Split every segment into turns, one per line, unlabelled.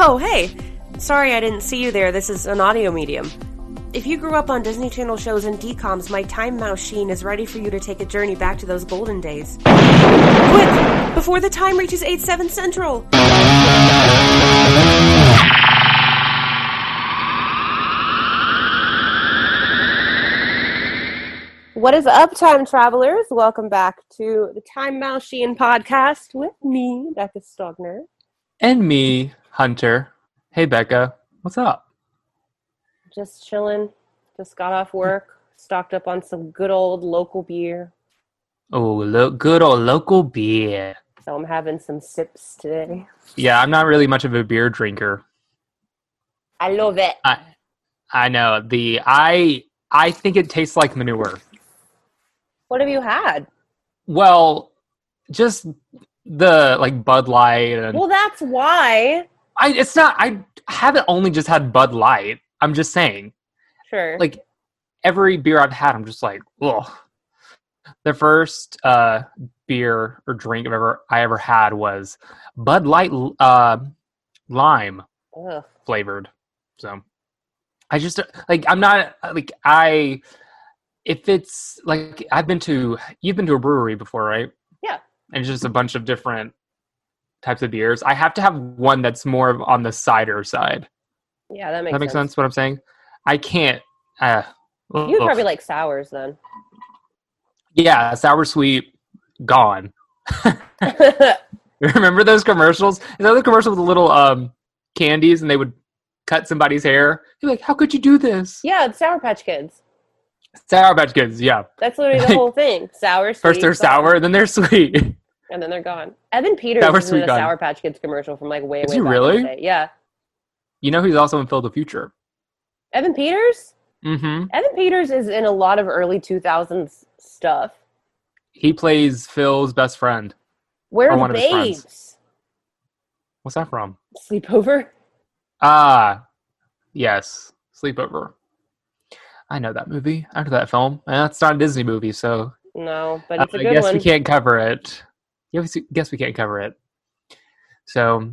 Oh, hey! Sorry I didn't see you there. This is an audio medium. If you grew up on Disney Channel shows and DCOMs, my time machine is ready for you to take a journey back to those golden days. Quick! Before the time reaches 8 7 Central! What is up, time travelers? Welcome back to the Time Machine podcast with me, Becca Stogner.
And me, Hunter. Hey, Becca. What's up?
Just chilling. Just got off work. Stocked up on some good old local beer.
Oh, lo- good old local beer.
So I'm having some sips today.
Yeah, I'm not really much of a beer drinker.
I love it.
I, I know the I. I think it tastes like manure.
What have you had?
Well, just the like Bud Light. And,
Well, that's why.
I it's not. I haven't only just had Bud Light. I'm just saying,
Sure.
like every beer I've had, I'm just like, ugh. The first uh, beer or drink I've ever I ever had was Bud Light uh, lime.
Ugh.
flavored. So I just uh, like I'm not uh, like I if it's like I've been to you've been to a brewery before, right?
Yeah.
And it's just a bunch of different types of beers. I have to have one that's more of on the cider side.
Yeah, that makes,
that makes sense. what I'm saying? I can't uh
You would
ugh.
probably like sours then.
Yeah, sour sweet gone.
yeah,
Remember those commercials? Is that the commercial with the little um candies and they would cut somebody's hair? You're like, how could you do this?
it's Sour Patch Kids.
Sour Patch Kids, yeah.
That's literally the
Like,
whole thing. Sour, sweet,
First they're
gone.
sour, then they're sweet.
and then they're gone. Evan Peters
Sour,
was in
sweet,
a
gone.
Sour Patch Kids commercial from like way,
Is
way
he
back in
really?
the day. Yeah,
You know who's also in Phil the Future?
Evan Peters.
Mm-hmm.
Evan Peters is in a lot of early two thousands stuff.
He plays Phil's best friend.
Where
Or
are
one
the
of his friends.
babes?
What's that from?
Sleepover.
Ah, yes, Sleepover. I know that movie. I know that film. And that's not a Disney movie, so
No, but
uh,
it's a
I
good
guess
one.
we can't cover it. Yeah, we- guess we can't cover it. So,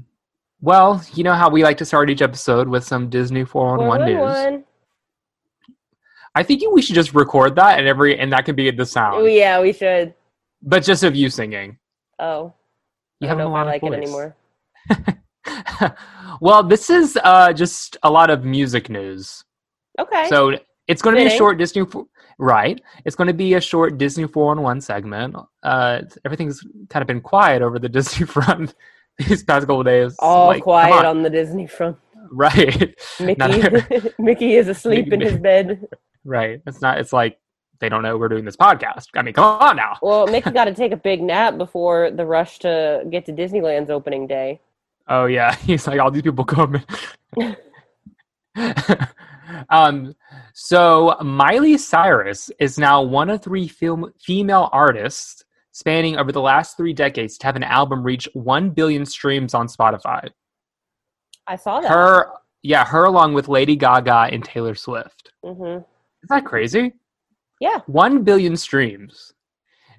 well, you know how we like to start each episode with some Disney 411 news.
411.
I think we should just record that and every and that could be the sound,
Oh, yeah, we should.
but just of you singing.
Oh,
You
I don't
have
know
a
if
lot
I like
of
it
voice.
anymore.
well, this is uh, just a lot of music news.
Okay.
So it's going to be a
Fitting.
short Disney, fo- right? It's going to be a short Disney four on one segment. Uh, everything's kind of been quiet over the Disney front these past couple days.
All
Like, come
quiet on. the Disney front.
right?
Mickey,
Not-
Mickey is asleep in his bed.
right. It's not. It's like they don't know we're doing this podcast. I mean, come on now.
Well, Mickey got to take a big nap before the rush to get to Disneyland's opening day.
Oh yeah, he's like all these people coming. um, so Miley Cyrus is now one of three film female artists spanning over the last three decades to have an album reach one billion streams on Spotify.
I saw that.
Her, yeah, her along with Lady Gaga and Taylor Swift.
hmm
Is that crazy?
Yeah.
One billion streams.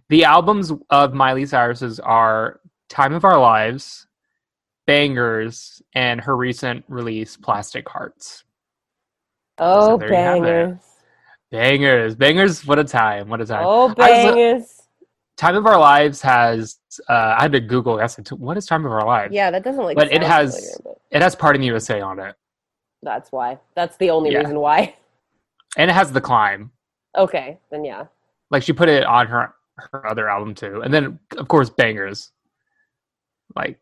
The albums of Miley Cyrus's are Time of Our Lives, Bangers, and her recent release, Plastic Hearts.
Oh,
there you have it.
bangers.
Bangers. Bangers, what a time. What a time.
Oh,
I was-
bangers.
Time of Our Lives has, uh, I had to Google, I said, what is Time of Our Lives?
Yeah, that doesn't like.
But it
sound
has-
familiar, but
It has Part of Me USA on it.
that's why. That's the only
Yeah.
reason why.
And it has The Climb.
Okay, then yeah.
Like she put it on her, her other album too. And then, of course, Bangers. Like,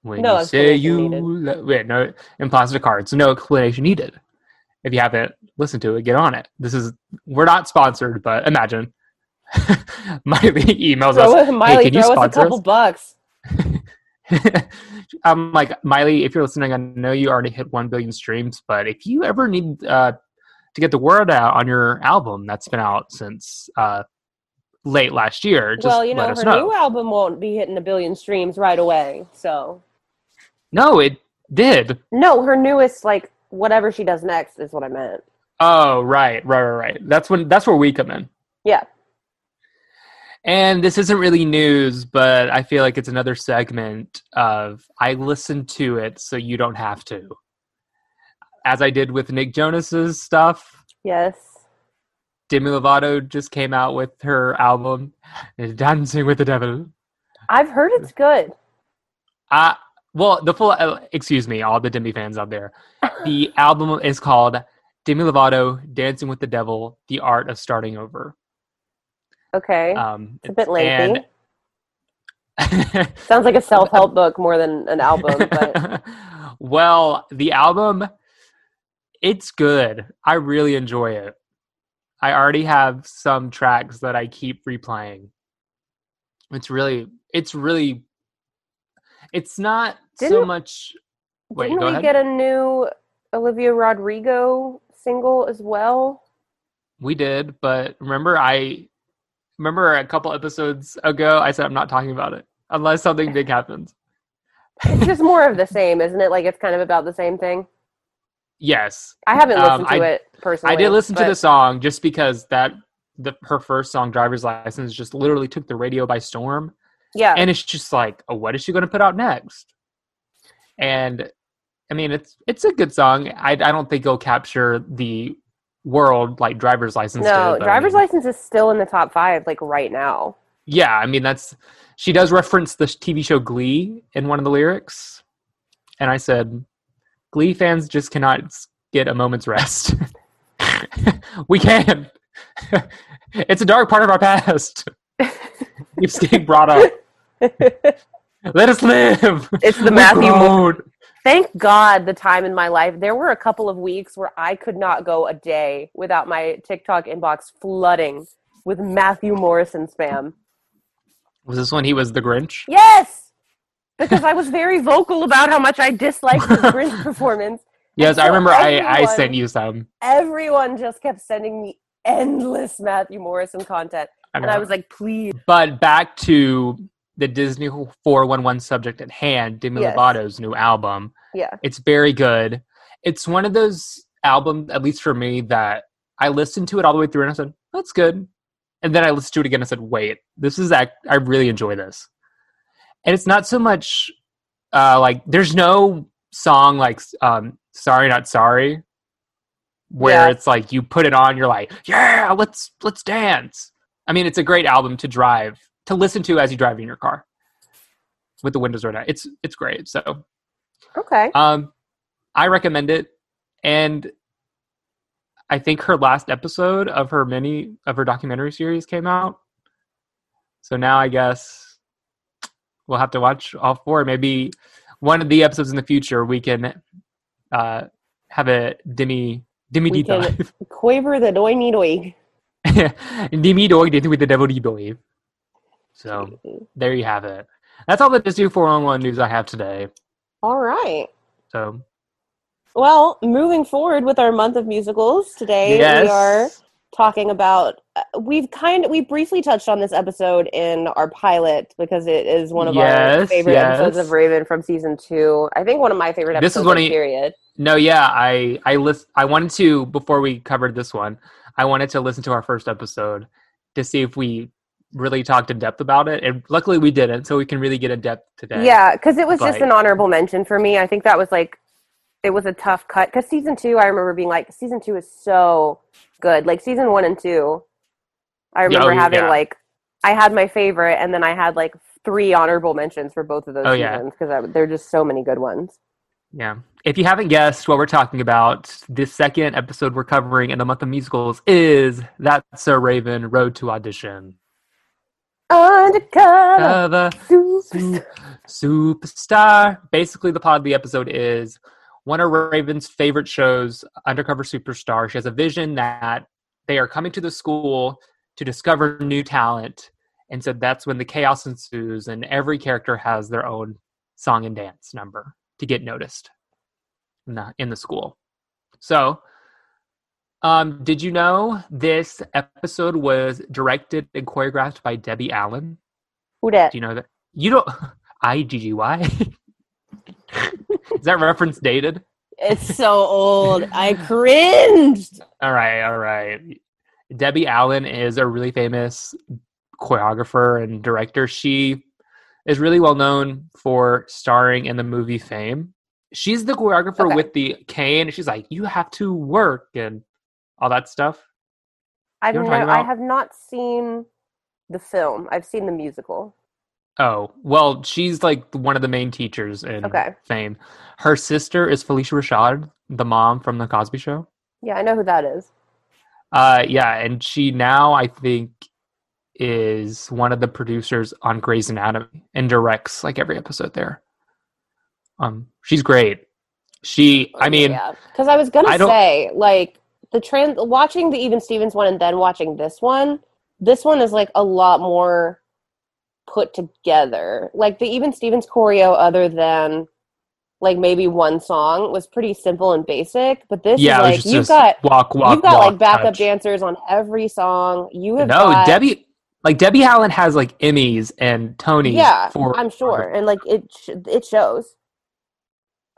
when
No
you say
explanation
you.
needed.
lo- wait, no, Imposter Cards. No explanation needed. If you haven't listened to it, get on it. This is, we're not sponsored, but imagine. Miley emails us.
Throw, Miley,
can you
throw us a
sponsor us?
couple bucks.
I'm Um, like Miley. If you're listening, I know you already hit one billion streams, but if you ever need uh, to get the word out on your album that's been out since uh, late last year, just
well, you know,
let
her
us know.
new album won't be hitting a billion streams right away. So
no, it did.
no, her newest like whatever she does next is what I meant.
Oh, right, right, right, right. That's when. That's where we come in.
Yeah.
And this isn't really news, but I feel like it's another segment of I listened to it so you don't have to. As I did with Nick Jonas's stuff,
Yes.
Demi Lovato just came out with her album Dancing with the Devil.
I've heard it's good.
Uh, well, the full, uh, excuse me, all the Demi fans out there. The album is called Demi Lovato Dancing with the Devil The Art of Starting Over.
Okay.
Um,
It's a bit lengthy.
and-
Sounds like a self help book more than an album, but
well, the album, it's good. I really enjoy it. I already have some tracks that I keep replaying. It's really, it's really, it's not so
Didn't-
much. Wait,
didn't
go
we
ahead.
get a new Olivia Rodrigo single as well?
we did, but remember, I remember a couple episodes ago, I said I'm not talking about it unless something big happens.
It's just more of the same, isn't it? Like it's kind of about the same thing.
Yes,
I haven't
Um,
listened to
I-
it personally.
I did listen to
but-
the song just because that the her first song, "Driver's License," just literally took the radio by storm,
Yeah.
and it's just like, oh, what is she going to put out next? And I mean, it's it's a good song. I I don't think it'll capture the world like "Driver's License."
no,
did, but I
driver's
mean-
license is still in the top five, like right now.
Yeah, I mean that's she does reference the TV show Glee in one of the lyrics, and I said, "Glee fans just cannot s- get a moment's rest. we can. it's a dark part of our past. Keeps getting brought up.
it's
Let us live.
the
We're
Matthew Moore.
grown.
Thank God the time in my life. There were a couple of weeks where I could not go a day without my TikTok inbox flooding with Matthew Morrison spam.
Was this when he was the Grinch?
Yes! Because I was very vocal about how much I disliked his Grinch performance.
Yes, I
so
remember. I I
everyone-
sent you some.
Everyone just kept sending me endless Matthew Morrison content.
I
And I was like, please.
But back to the Disney 411 subject at hand, Demi
Yes.
Lovato's new album.
Yeah.
It's very good. It's one of those albums, at least for me, that I listened to it all the way through and I said, that's good. And then I listened to it again and said, wait, this is, act- I really enjoy this. And it's not so much uh, like, there's no song like um, Sorry Not Sorry where
Yeah.
it's like you put it on, you're like, yeah, let's let's dance. I mean, it's a great album to drive, to listen to as you drive in your car with the windows rolled down. It's it's great. So
Okay.
um, I recommend it, and I think her last episode of her mini of her documentary series came out. So now I guess we'll have to watch all four. Maybe one of the episodes in the future we can uh, have a Demi Demi
We
deep dive.
Quaver the doiny doig.
Demi dog did with the devil deep dive. So there you have it. That's all the Disney 411 news I have today.
All right.
So
Well, moving forward with our month of musicals, today we are
yes.
talking about uh, we've kind we briefly touched on this episode in our pilot because it is one of our
Yes,
favorite episodes
yes.
of Raven from season 2. I think one of my favorite
This
episodes
is when
like,
he-
period.
No, yeah, I I list I wanted to before we covered this one, I wanted to listen to our first episode to see if we really talked in depth about it. And luckily we didn't, so we can really get in depth today.
Yeah, cuz it was just
But-
an honorable mention for me. I think that was like it was a tough cut cuz season 2 I remember being like season 2 is so good. Like season 1 and 2 I remember
oh,
having
yeah.
like I had my favorite and then I had like three honorable mentions for both of those
Oh, yeah.
seasons cuz there're just so many good ones.
Yeah. If you haven't guessed what we're talking about, the second episode we're covering in the month of musicals is That's So Raven Road to Audition. Uh,
Undercover.
Cover.
Super.
Sup- Superstar. Basically, the pod of the episode is one of Raven's favorite shows, Undercover Superstar. She has a vision that they are coming to the school to discover new talent. And so that's when the chaos ensues, and every character has their own song and dance number to get noticed in the, in the school. So, um, did you know this episode was directed and choreographed by Debbie Allen?
Who dat?
Do you know that? You don't. I G G Y. Is that reference dated?
It's so old. I cringed.
All right, all right. Debbie Allen is a really famous choreographer and director. She is really well known for starring in the movie Fame. She's the choreographer
Okay.
with the cane. and She's like, you have to work and all that stuff.
I've
You know
no,
what I'm talking
I
about?
have not seen the film. I've seen the musical.
Oh, well, she's like one of the main teachers in
Okay.
Fame. Her sister is Felicia Rashad, the mom from The Cosby Show.
Yeah, I know who that is.
Uh, yeah, and she now, I think, is one of the producers on Grey's Anatomy and directs like every episode there. Um, she's great. She, I mean,
because I was gonna
I don't-
say like the trans watching the Even Stevens one and then watching this one. This one is like a lot more put together. Like the Even Stevens choreo, other than like maybe one song, was pretty simple and basic. But this
yeah, it was
is
just
like you've
this
got
walk, walk,
you've got
walk,
like backup
touch.
dancers on every song. You have
No,
got,
Debbie, like Debbie Allen has like Emmys and Tonys.
Yeah,
for
I'm sure, and like it sh- it shows.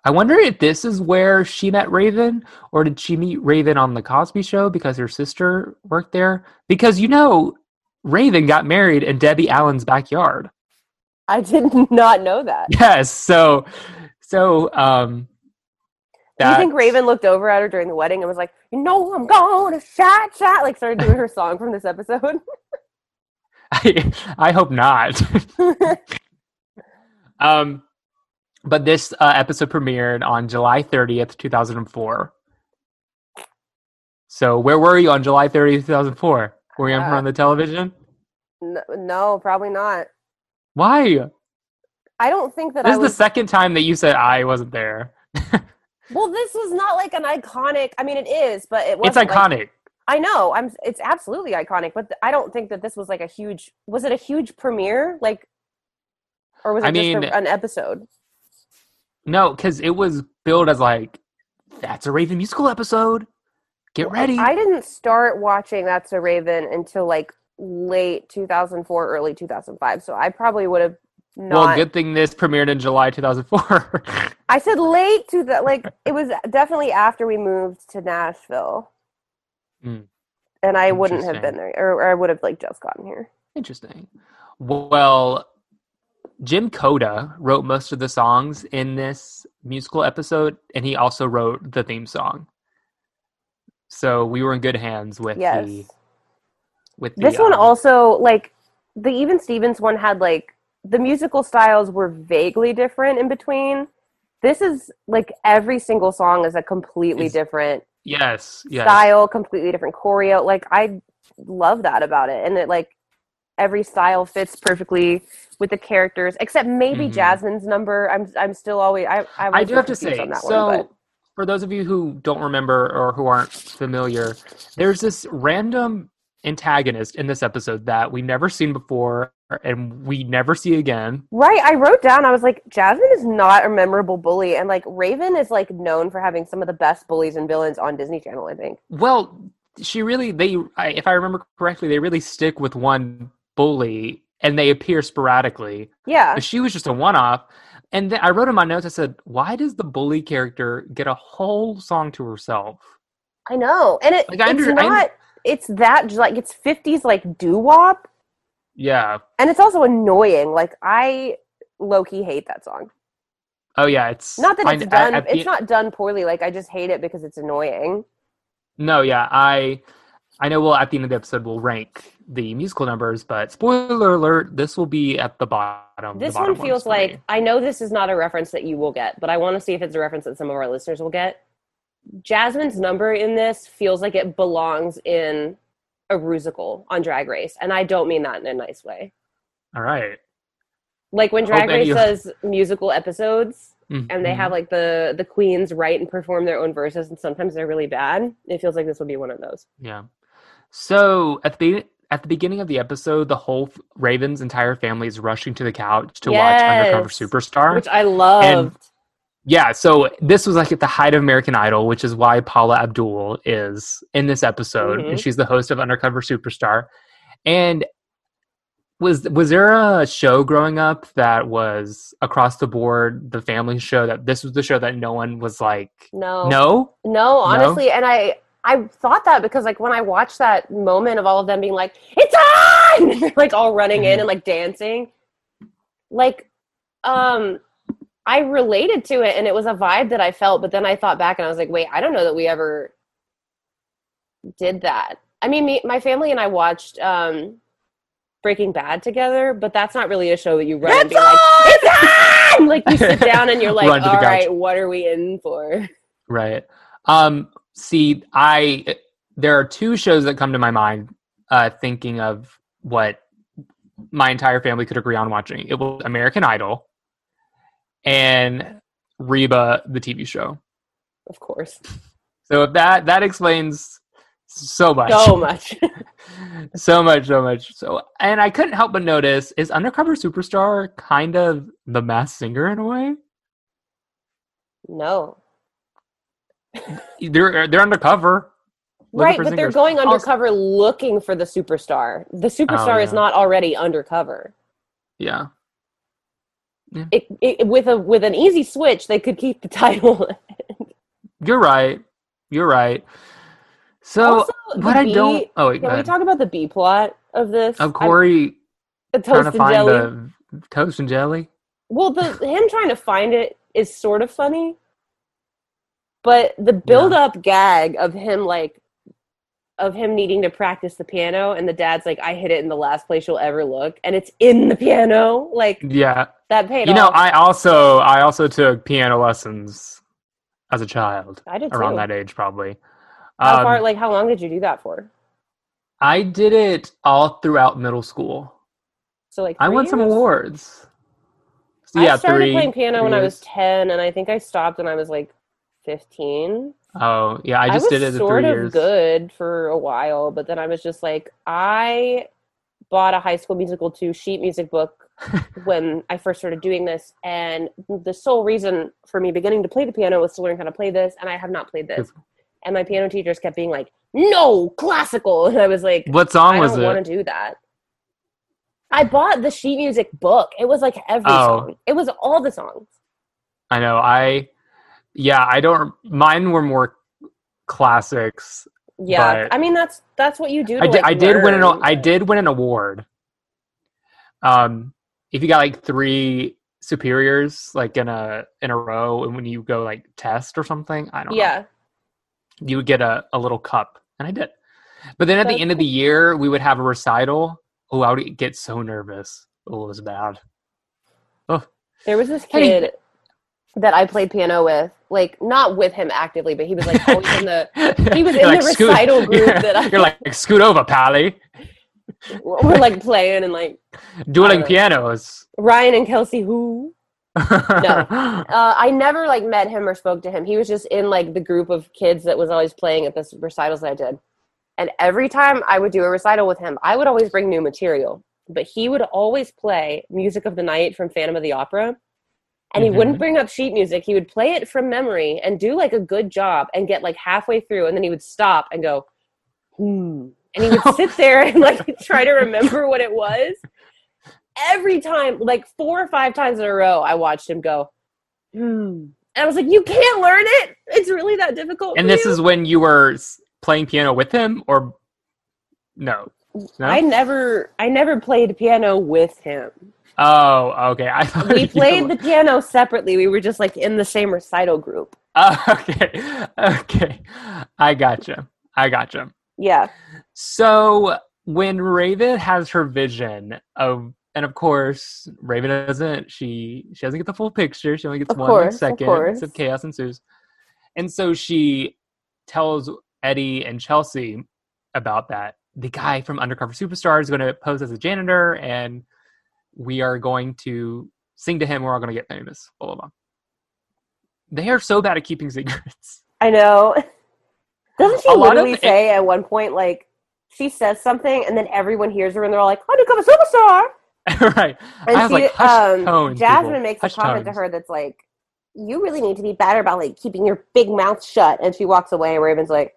I wonder if this is where she met Raven, or did she meet Raven on the Cosby Show because her sister worked there? Because you know, Raven got married in Debbie Allen's backyard.
I did not know that.
Yes, so, so um,
Do you think
that's-
Raven looked over at her during the wedding and was like, "You know, I'm gonna shot shot," like started doing her song from this episode?
I, I hope not. um, but this uh, episode premiered on July thirtieth, two thousand and four. So, where were you on July thirtieth, two thousand four? Were you in
Uh,
front of the television?
no, no, probably not.
Why?
I don't think that
This
I
is
was.
the second time that you said I wasn't there.
well, this was not like an iconic. I mean, it is, but it
It's
wasn't. like-
iconic.
I know. I'm. It's absolutely iconic, but th- I don't think that this was like a huge. Was it a huge premiere? Like, or was it
I
just a-
mean-
an episode?
no, because it was billed as like, that's a Raven musical episode. Get
Well,
ready.
I didn't start watching That's a Raven until like late 2004, early 2005. So I probably would have not.
well, good thing this premiered in July 2004.
I said late to the like it was definitely after we moved to Nashville.
Hmm.
And I wouldn't have been
Interesting.
there or, or I would have like just gotten here.
Interesting. Well, Jim Coda wrote most of the songs in this musical episode, and he also wrote the theme song. So we were in good hands with
Yes.
the with the,
This one
um,
also like the Even Stevens one had like the musical styles were vaguely different in between. This is like every single song is a completely
It's-
different
yes yes
style, completely different choreo. Like I love that about it, and it like every style fits perfectly with the characters, except maybe
Mhm.
Jasmine's number. I'm I'm still always I I,
I
was
do have to
confused
say,
on that
so
one, but-
for those of you who don't remember or who aren't familiar, there's this random antagonist in this episode that we never seen before and we never see again.
right. I wrote down. I was like, Jasmine is not a memorable bully, and like Raven is like known for having some of the best bullies and villains on Disney Channel. I think.
Well, she really they I, if I remember correctly, they really stick with one bully and they appear sporadically.
Yeah.
But she was just a one-off. And then I wrote in my notes, I said, why does the bully character get a whole song to herself?
I know, and it,
Like, I
it's
under- I-
not. It's that like it's fifties like doo wop,
Yeah.
and it's also annoying. Like I low key hate that song.
Oh yeah, it's
Not that
I-
it's
I-
done.
at the-
it's not done poorly. Like I just hate it because it's annoying.
No, yeah, I I know we'll at the end of the episode we'll rank the musical numbers, but spoiler alert, this will be at the bottom. the
This
bottom
one
ones
feels
for
like
me.
I know this is not a reference that you will get, but I want to see if it's a reference that some of our listeners will get. Jasmine's number in this feels like it belongs in a rusical on Drag Race, and I don't mean that in a nice way.
All right.
Like when Drag
Hope
Race
any of-
does musical episodes, and they
Mhm.
have like the the queens write and perform their own verses, and sometimes they're really bad. It feels like this would be one of those.
Yeah. So at the at the beginning of the episode, the whole f- Raven's entire family is rushing to the couch to watch Undercover
Yes.
Superstar.
Which I loved.
yeah, so this was like at the height of American Idol, which is why Paula Abdul is in this episode,
Mhm.
and she's the host of Undercover Superstar. And was was there a show growing up that was across the board the family show that this was the show that no one was like
no.
no?
No, honestly, and I I thought that because like when I watched that moment of all of them being like, "It's on," god and they're like all running
Mm-hmm.
in and like dancing like um i related to it and it was a vibe that i felt but then i thought back and i was like wait i don't know that we ever did that i mean me, my family and i watched um breaking bad together but that's not really a show that you run and be like it's on! like you sit down and you're like
Run to the
all
couch.
right what are we in for
Right. Um, see, I there are two shows that come to my mind uh, thinking of what my entire family could agree on watching. It was American Idol and Reba, the TV show.
of course
So if that that explains so much,
so much
so much, so much. So, and I couldn't help but notice is Undercover Superstar kind of the mass singer in a way?
no
They're they're undercover. Looking
right
for
but they're
singers.
going
Also-
undercover looking for the superstar the superstar is
Oh, yeah.
not already undercover
Yeah.
it, it, with a with an easy switch they could keep the title
You're right. You're right. So
also, the
what I
B-
don't oh wait, go
can we
ahead.
talk about the b plot of this
of Corey
I'm- the toast
trying to
and
find
jelly
the toast and jelly.
well the him trying to find it is sort of funny but the build up gag of him like of him needing to practice the piano and the dad's like i hit it in the last place you'll ever look and it's in the piano like
Yeah.
that paid
You know,
off
I also I also took piano lessons as a child
i, did
around
too.
that age probably.
How
Um,
far? Like, how long did you do that for?
I did it all throughout middle school.
So, like,
I
three
won some
years?
awards. So,
I started playing piano
three
when I was
years.
ten, and I think I stopped when I was like fifteen.
Oh yeah, I just
was
did it at
sort
three
of
years.
good for a while, but then I was just like, I bought a High School Musical two sheet music book when I first started doing this, and the sole reason for me beginning to play the piano was to learn how to play this, and I have not played this. And my piano teachers kept being like, "No, classical," and I was like,
What song
I
was
don't
it?
want to do that. I bought the sheet music book. It was like every
Oh.
song. It was all the songs.
I know. I yeah, I don't mine were more classics.
Yeah,
But-
I mean that's that's what you do. To,
I did,
like,
I did win an
learn,
I
but-
did win an award. Um if you got like 3 superiors like in a in a row and when you go like test or something, I don't
Yeah,
know. You would get a, a little cup and I did. But then at the
That's
end of the year, we would have a recital. Oh, I would get so nervous. Oh, it was bad.
there was this
Hey.
kid that I played piano with. Like not with him actively, but he was like always in the. He was in the recital group that I-
You're like, scoot over, Pally.
We're like playing and like
Dueling
know.
pianos.
Ryan and Kelsey. Who?
no.
Uh, I never like met him or spoke to him. He was just in like the group of kids that was always playing at this recitals that I did. And every time I would do a recital with him, I would always bring new material. But he would always play music of the night from Phantom of the Opera. And he
Mhm.
wouldn't bring up sheet music. He would play it from memory and do like a good job and get like halfway through. And then he would stop and go, hmm. And he would sit there and like try to remember what it was. Every time, like four or five times in a row, I watched him go, hmm. And I was like, you can't learn it. It's really that difficult.
And
for
this
you?"
is when you were s- playing piano with him, or no? No.
I never I never played piano with him.
oh, okay. I thought
We
you
played
were-
the piano separately. We were just like in the same recital group.
Oh, okay, okay. I gotcha. I gotcha.
Yeah.
So when Raven has her vision of, and of course Raven doesn't. She she doesn't get the full picture. She only gets
Of
one
course, of
second.
course.
of chaos ensues, and so she tells Eddie and Chelsea about that. The guy from Undercover Superstar is going to pose as a janitor, and we are going to sing to him. We're all going to get famous. Blah blah blah. They are so bad at keeping secrets.
I know. Doesn't she
A lot of
literally
it-
say at one point like she says something and then everyone hears her and they're all like, Undercover Superstar
right.
And
I was
she
like, hush
um
tones,
Jasmine
people.
makes
Hush
a comment
tones."
to her that's like, You really need to be better about like keeping your big mouth shut and she walks away and Raven's like,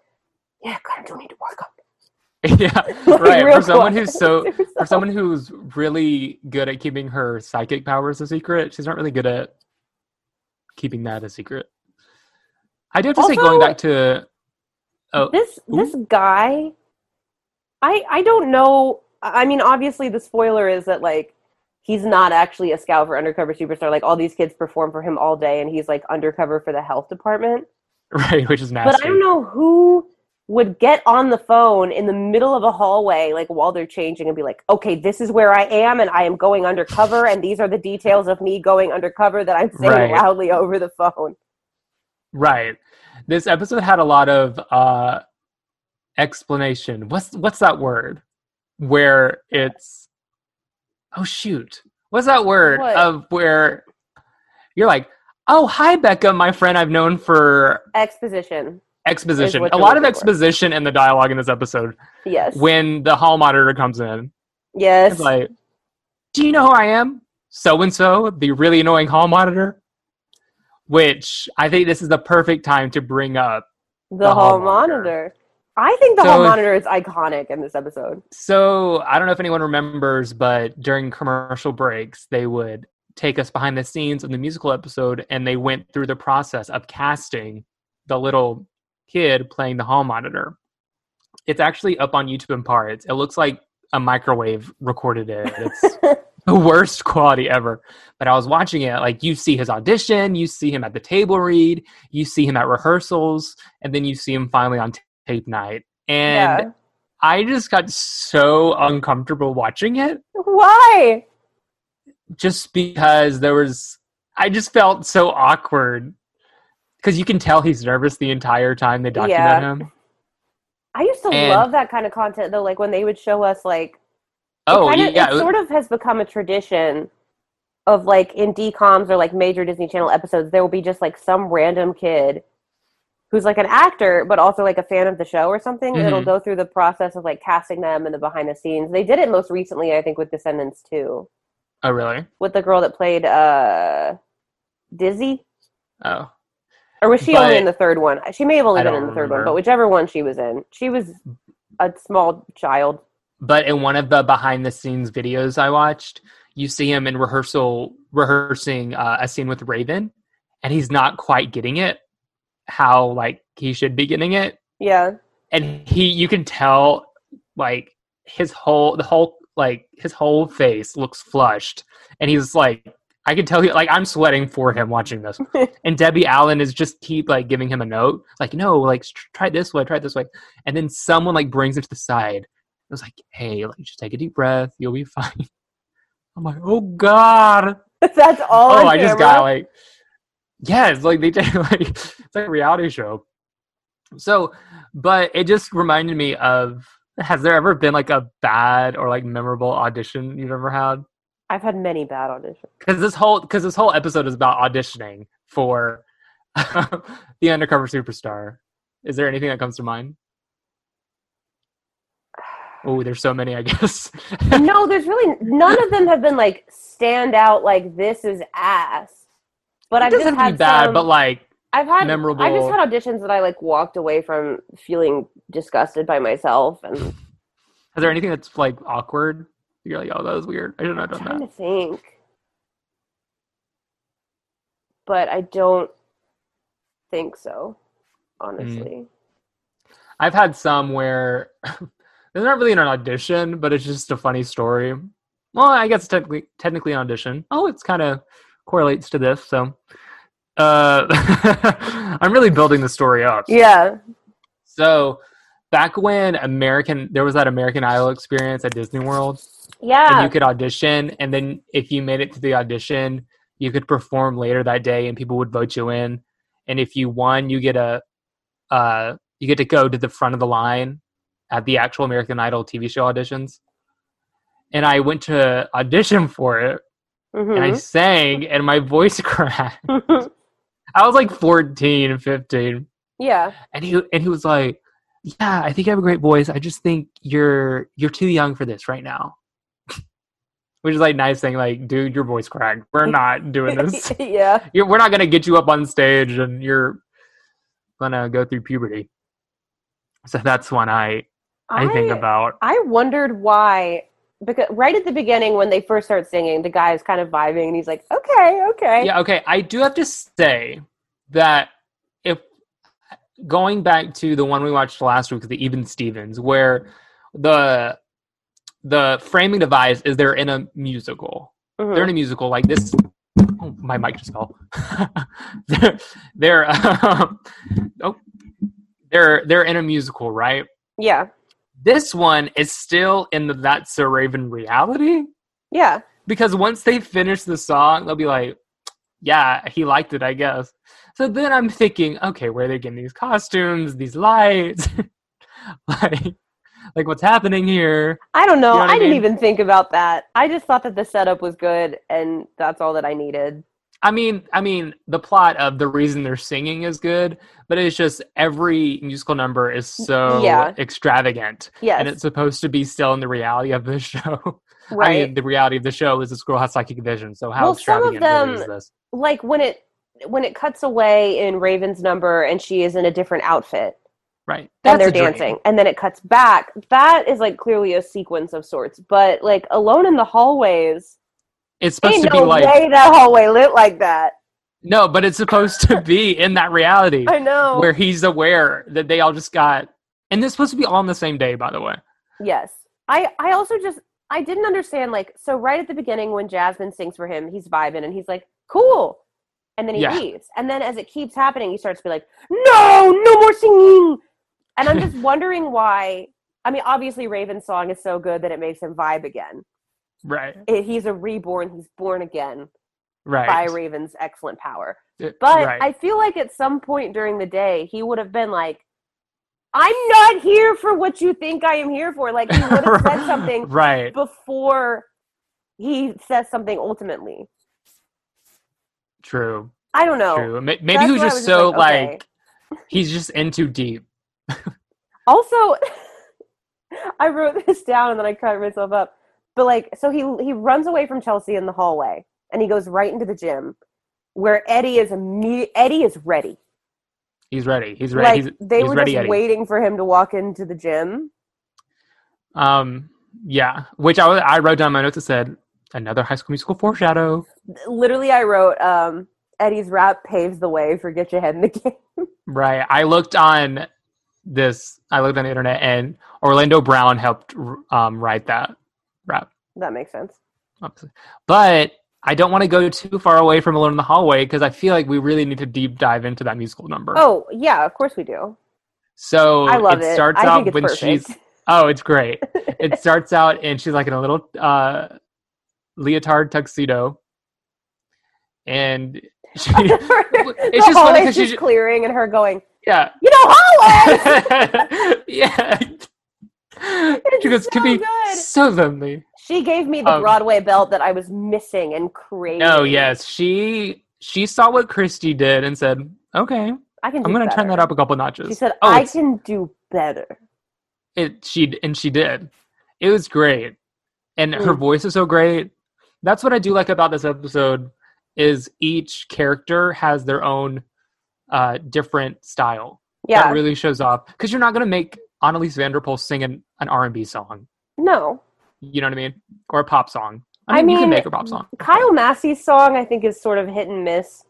Yeah, God, I do need to work on
yeah
Like,
right
real
for someone
quick.
who's so
this.
for someone who's really good at keeping her psychic powers a secret she's not really good at keeping that a secret i do have to say going
Also-
back to oh
this this guy i i don't know I mean, obviously, the spoiler is that like he's not actually a scout for undercover superstar. Like all these kids perform for him all day, and he's like undercover for the health department.
Right, which is nasty.
But I don't know who would get on the phone in the middle of a hallway, like while they're changing, and be like, "Okay, this is where I am, and I am going undercover, and these are the details of me going undercover that I'm saying
Right.
loudly over the phone."
Right. This episode had a lot of uh explanation. What's what's that word? Where it's oh shoot. What's that word
What?
of where you're like, oh hi Becca, my friend I've known for
Exposition.
exposition.
what
A
you're
lot of
looking for.
exposition in the dialogue in this episode
Yes.
when the hall monitor comes in.
yes.
It's like, do you know who I am? So and so, the really annoying hall monitor. Which I think this is the perfect time to bring up
the,
the hall
hall
monitor.
monitor. I think the
So
hall
if-
monitor is iconic in this episode.
So I don't know if anyone remembers, but during commercial breaks, they would take us behind the scenes of the musical episode and they went through the process of casting the little kid playing the hall monitor. It's actually up on YouTube in parts. It looks like a microwave recorded it. It's the worst quality ever. But I was watching it, like you see his audition, you see him at the table read, you see him at rehearsals, and then you see him finally on t- tape night. And
yeah.
I just got so uncomfortable watching it
Why?
just because there was I just felt so awkward cuz you can tell he's nervous the entire time they document
Yeah.
him.
I used to
And-
love that kind of content though. Like when they would show us like
Oh,
kind of,
yeah.
it sort of has become a tradition of like in DComs or like major Disney Channel episodes, there will be just like some random kid who's like an actor but also like a fan of the show or something. and It'll
Mhm.
go through the process of like casting them and the behind the scenes. They did it most recently, I think, with Descendants too,
oh, really?
with the girl that played uh Dizzy.
Oh.
Or was she
But-
only in the third one? She may have only
I
been in the
don't
third one,
remember. Mm.
but whichever one she was in, she was a small child.
But in one of the behind the scenes videos I watched, you see him in rehearsal rehearsing uh, a scene with Raven and he's not quite getting it how like he should be getting it
Yeah.
and he you can tell like his whole the whole like his whole face looks flushed and he's like i can tell you like i'm sweating for him watching this and debbie allen is just keep like giving him a note like no like tr- try it this way try it this way and then someone like brings him to the side it was like hey like just take a deep breath you'll be fine i'm like oh god
That's all.
oh
on
i just
camera?
got like yeah it's like they did like it's like a reality show so but it just reminded me of has there ever been like a bad or like memorable audition you've ever had
I've had many bad auditions.
because this whole because this whole episode is about auditioning for the undercover superstar is there anything that comes to mind oh there's so many i guess
no, there's really none of them have been like stand out. Like this is ass. But
it
I've
doesn't
just
have to
had
be bad
some,
but like
I've had
memorable-
I just had auditions that I like walked away from feeling disgusted by myself, and
Is there anything that's like awkward? You're like, oh, that was weird. I should not have
I'm
done
trying
that.
to think. But I don't think so,
Mm.
honestly.
I've had some where there's not really an audition, but it's just a funny story. Well, I guess technically, technically an audition. Oh, it's kind of correlates to this. So, uh, I'm really building the story up.
Yeah.
So, back when American, there was that American Idol experience at Disney World.
Yeah.
and you could audition and then if you made it to the audition you could perform later that day and people would vote you in and if you won you get a uh, you get to go to the front of the line at the actual american idol tv show auditions and i went to audition for it and i
Mhm.
sang and my voice cracked i was like 14 15
yeah.
and he and he was like, "Yeah, I think you have a great voice. I just think you're you're too young for this right now." Which is like nice thing, like, dude, your voice cracked. We're not doing this.
yeah.
You're, we're not gonna get you up on stage, and you're gonna go through puberty. So that's one I I think about.
I wondered why because right at the beginning when they first start singing, the guy is kind of vibing and he's like, Okay, okay.
Yeah, okay. I do have to say that if going back to the one we watched last week, the Even Stevens, where the the framing device is they're in a musical.
Mhm.
They're in a musical like this. Oh, my mic just fell. they're they're um, oh they're they're in a musical, right?
yeah.
This one is still in the That's So Raven reality
Yeah.
because once they finish the song, they'll be like, "Yeah, he liked it, I guess." So then I'm thinking, okay, where are they getting these costumes, these lights, like, like what's happening here?
I don't know.
You know what
I,
I
didn't
mean?
even think about that. I just thought that the setup was good and that's all that I needed.
I mean, I mean, the plot of the reason they're singing is good, but it's just every musical number is so
Yeah.
extravagant,
Yes.
and it's supposed to be still in the reality of the show.
right.
I mean, the reality of the show is this girl has psychic vision. So how
Well, some of
extravagant
them-
really is this?
like when it when it cuts away in Raven's number and she is in a different outfit
Right?
and
That's
they're
a dream.
dancing and then it cuts back that is like clearly a sequence of sorts but like alone in the hallways
It's supposed
ain't
to be
no
like
way that hallway lit like that
No, but it's supposed to be in that reality
I know
where he's aware that they all just got. And this supposed to be all on the same day, by the way.
yes I I also just I didn't understand like so right at the beginning when Jasmine sings for him he's vibing and he's like cool and then he
Yeah.
leaves and then as it keeps happening he starts to be like no no more singing and I'm just wondering why I mean obviously Raven's song is so good that it makes him vibe again
Right.
It- he's a reborn he's born again
Right.
by Raven's excellent power.
Uh,
But
right.
I feel like at some point during the day, he would have been like, I'm not here for what you think I am here for. Like, he would have said something
Right.
before he says something ultimately.
True.
I don't know.
True. Ma- Maybe
That's
he was
why I
just
was just
so
like, okay.
like, he's just in too deep.
Also, I wrote this down and then I cut myself up. But like, so he he runs away from Chelsea in the hallway and he goes right into the gym where Eddie is imme- Eddie is ready.
He's ready. He's ready.
Like
he's,
they
he's
were
ready,
just
Eddie.
waiting for him to walk into the gym.
Um, yeah. Which I, wa- I wrote down my notes that said, another high school musical foreshadow.
Literally, I wrote um, Eddie's rap paves the way for get your head in the game.
Right. I looked on this, I looked on the internet, and Orlando Brown helped r- um, write that rap.
that makes sense.
obviously. But I don't want to go too far away from Alone in the Hallway because I feel like we really need to deep dive into that musical number.
Oh yeah, of course we do.
so
I love it.
it starts
I think
out
it's
when
perfect.
she's oh, it's great. it starts out and she's like in a little uh, leotard tuxedo, and she
it's
just funny
just funny
'cause she
she's
ju-
clearing and her going,
yeah
you know, hallways.
yeah. She goes,
It's so
could be
good."
so lonely.
she gave me the
Um,
Broadway belt that I was missing and craving.
No, yes, she she saw what Christy did and said, "Okay,
I can. Do
I'm gonna turn that
better."
up a couple notches."
She said,
"Oh,
"I
it's-
can do better."
it she d- and she did it was great and her
Mm.
voice is so great that's what i do like about this episode is each character has their own uh different style
Yeah.
that really shows off because you're not going to make annalise vanderpool sing an, an r&b song
no,
you know what i mean or a pop song
I
i mean, you
mean,
can make a pop song
Kyle Massey's song, I think, is sort of hit and miss.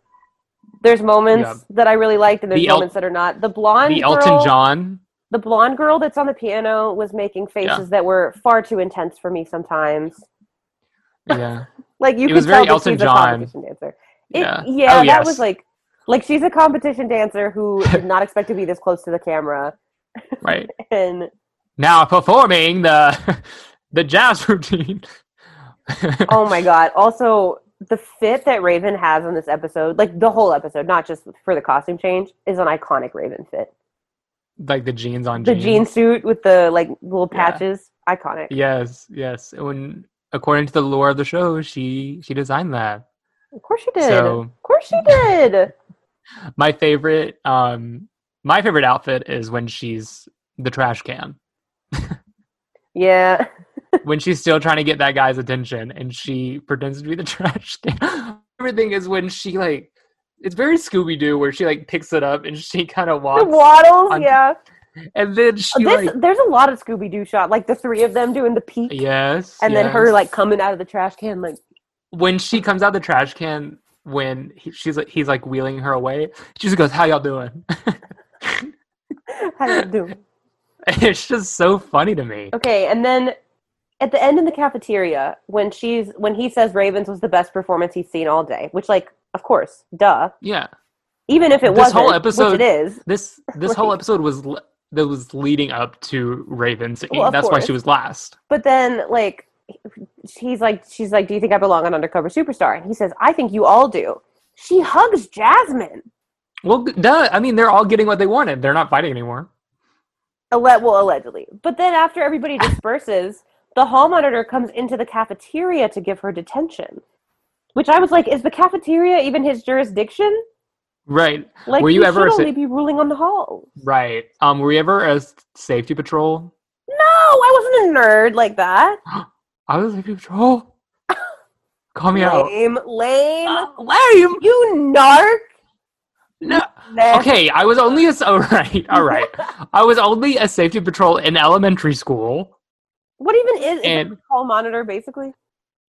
There's moments
Yeah.
that I really liked, and there's
The El-
moments that are not. The blonde,
the elton
girl,
john
the blonde girl that's on the piano was making faces
Yeah.
that were far too intense for me sometimes.
yeah
Like you
It
could
was very
tell that
Elton
she's
John.
a competition dancer. It-
Yeah.
yeah,
Oh,
that
yes.
was like, like she's a competition dancer who did not expect to be this close to the camera,
right
and
now performing the the jazz routine
oh my god. Also, the fit that Raven has on this episode, like the whole episode, not just for the costume change, is an iconic Raven fit.
like the jeans on
the
jeans.
jean suit with the like little
Yeah.
patches iconic
Yes, yes. When according to the lore of the show, she she designed that.
of course she did
So
of course she did
my favorite um my favorite outfit is when she's the trash can.
yeah
when she's still trying to get that guy's attention and she pretends to be the trash can. Everything is when she like it's very Scooby Doo where she like picks it up and she kind of
the
walks
waddles
on-
yeah
and then she
this
like
there's a lot of scooby-doo shot like the three of them doing the peak
yes
and then her
yes.
like coming out of the trash can like
when she comes out the trash can when he, she's like he's like wheeling her away she just goes how y'all doing
how you doing
it's just so funny to me
okay and then at the end in the cafeteria when she's when he says Ravens was the best performance he's seen all day, which like of course, duh.
Yeah.
Even if it
This
wasn't,
whole
which it
episode-
is.
This this whole
Right.
episode was le- that was leading up to Ravens.
Well, of
That's why she
course.
was last.
But then like he's like she's like, Do you think I belong on Undercover Superstar? And he says, I think you all do. She hugs Jasmine.
Well, g- duh. I mean, they're all getting what they wanted. They're not fighting anymore.
Alle- well, allegedly. But then after everybody disperses, the hall monitor comes into the cafeteria to give her detention. Which I was like, is the cafeteria even his jurisdiction?
Right.
Like,
Were you
he
ever
should
a sa-
only be ruling on the hall.
Right. Um, were you ever a s- safety patrol?
No, I wasn't a nerd like that.
I was a safety patrol. Call me out.
Lame, lame.
Uh, lame.
you narc.
No.
Nah.
Okay, I was only a s- all right, all right. I was only a safety patrol in elementary school.
What even is, is
And-
it a hall monitor? Basically,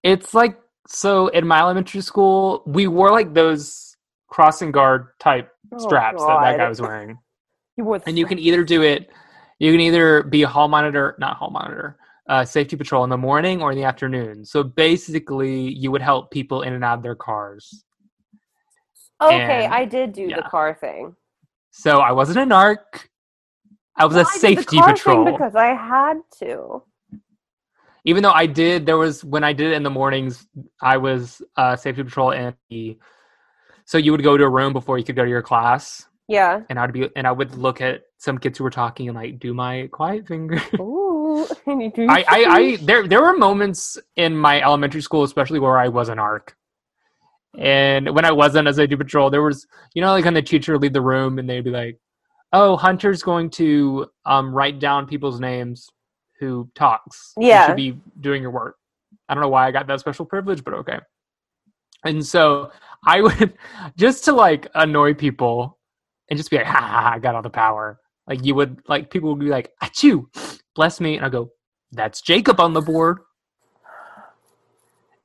It's like so in my elementary school, we wore like those crossing guard type
Oh,
straps that that
God.
guy was wearing.
You wore the
And you can either do it, you can either be a hall monitor, not hall monitor, uh, safety patrol in the morning or in the afternoon. So basically, you would help people in and out of their cars.
okay,
and-
I did do the
yeah.
car thing.
So I wasn't a narc. I was
Well,
a
I did the
safety
car thing
patrol.
because I had to.
Even though I did, there was when I did it in the mornings, I was uh, safety patrol and the. So you would go to a room before you could go to your class,
Yeah.
and I'd be and I would look at some kids who were talking and like do my quiet finger.
Ooh. And you do-
I, I, I there there were moments in my elementary school, especially where I was an ARC. And when I wasn't as I do patrol, there was you know like when the teacher would leave the room and they'd be like, "Oh, Hunter's going to um, write down people's names who talks.
Yeah.
you should be doing your work." I don't know why I got that special privilege, but okay. And so I would just to like annoy people and just be like, "Ha ha! ha I got all the power." Like you would like people would be like, "Achoo, bless me," and I go, that's Jacob on the board.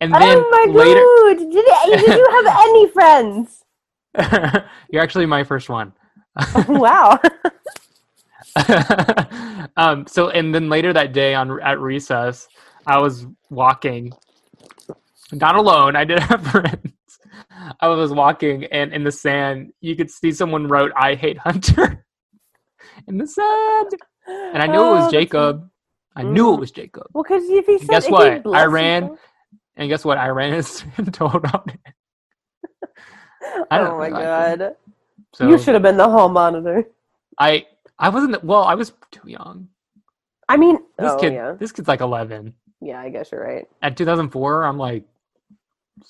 And then
oh my
later,
god! Did, it, did you have any friends?
you're actually my first one.
wow.
um, so, and then later that day on at recess, I was walking, not alone. I did have friends. I was walking, and in the sand, you could see someone wrote "I hate Hunter" in the sand, and I knew it
Oh, that's-
was
Mm.
Jacob. I knew it was Jacob.
Well, because if he said,
guess
if he
what? I
blessed
ran-
himself-
And guess what? I ran his and told on it. I don't
oh my
really like him.
god!
So
You should have been the hall monitor.
I I wasn't well. I was too young.
I mean,
This
oh
kid,
yeah,
this kid's like eleven.
yeah. I guess you're right.
At 2004, I'm like.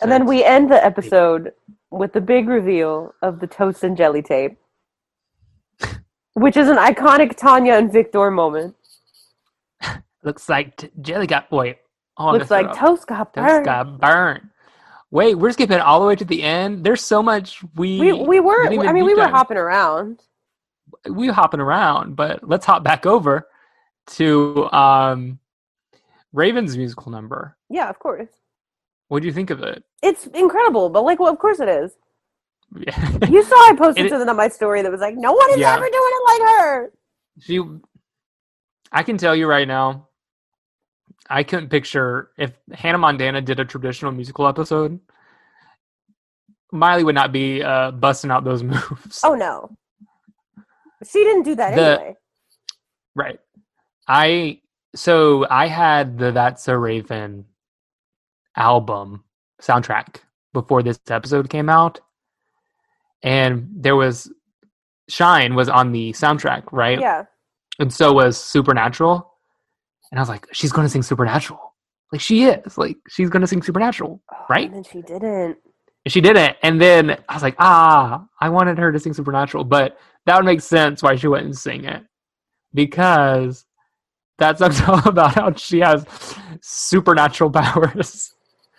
And then
six.
we end the episode with the big reveal of the toast and jelly tape, which is an iconic Tanya and Victor moment.
looks like t- jelly got wait. Oh, I
Looks
messed it
like
up.
toast got
Toast
burned.
got burnt. Wait, we're skipping all the way to the end. There's so much we
we we were.
didn't even
I mean, we
deep
were
dive.
hopping around.
we were hopping around, but let's hop back over to um, Raven's musical number.
Yeah, of course.
What do you think of it?
It's incredible, but like, well, of course it is.
Yeah.
You saw I posted
It-
something on my story that was like, no one is
Yeah.
ever doing it like her.
She, I can tell you right now, I couldn't picture if Hannah Montana did a traditional musical episode. Miley would not be uh, busting out those moves,
Oh no, she didn't do that
The-
anyway.
right? I so I had the That's a Raven album soundtrack before this episode came out, and there was Shine was on the soundtrack, right?
Yeah,
and so was Supernatural. And I was like, she's going to sing Supernatural. Like she is. Like she's going to sing Supernatural,
Oh,
right?
And then she didn't.
And she didn't. And then I was like, ah, I wanted her to sing Supernatural, but that would make sense why she wouldn't sing it because that song's all about how she has supernatural powers,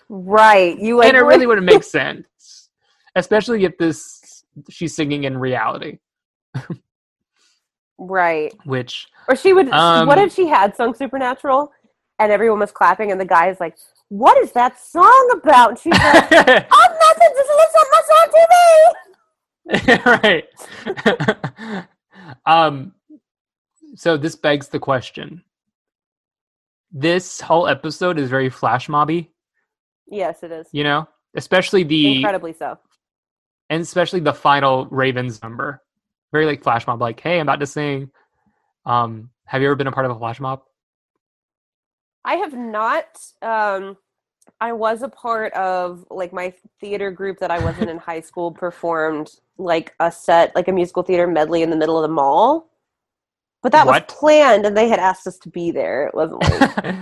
Right, you like
and it really wouldn't make sense, especially if this she's singing in reality,
right.
which
Or she would.
Um,
what if she had sung Supernatural, and everyone was clapping, and the guy is like, "What is that song about?" And she's like, "I'm nothing. Just listen, that's on TV."
right. um, so this begs the question: this whole episode is very flash mobby,
Yes, it is.
you know, especially the
Incredibly so.
and especially the final Ravens number. Very like flash mob, like, hey, I'm about to sing. Um, have you ever been a part of a flash mob?
I have not. Um, I was a part of like my theater group that I wasn't in high school performed like a set, like a musical theater medley in the middle of the mall. But that
What?
was planned, and they had asked us to be there. It wasn't like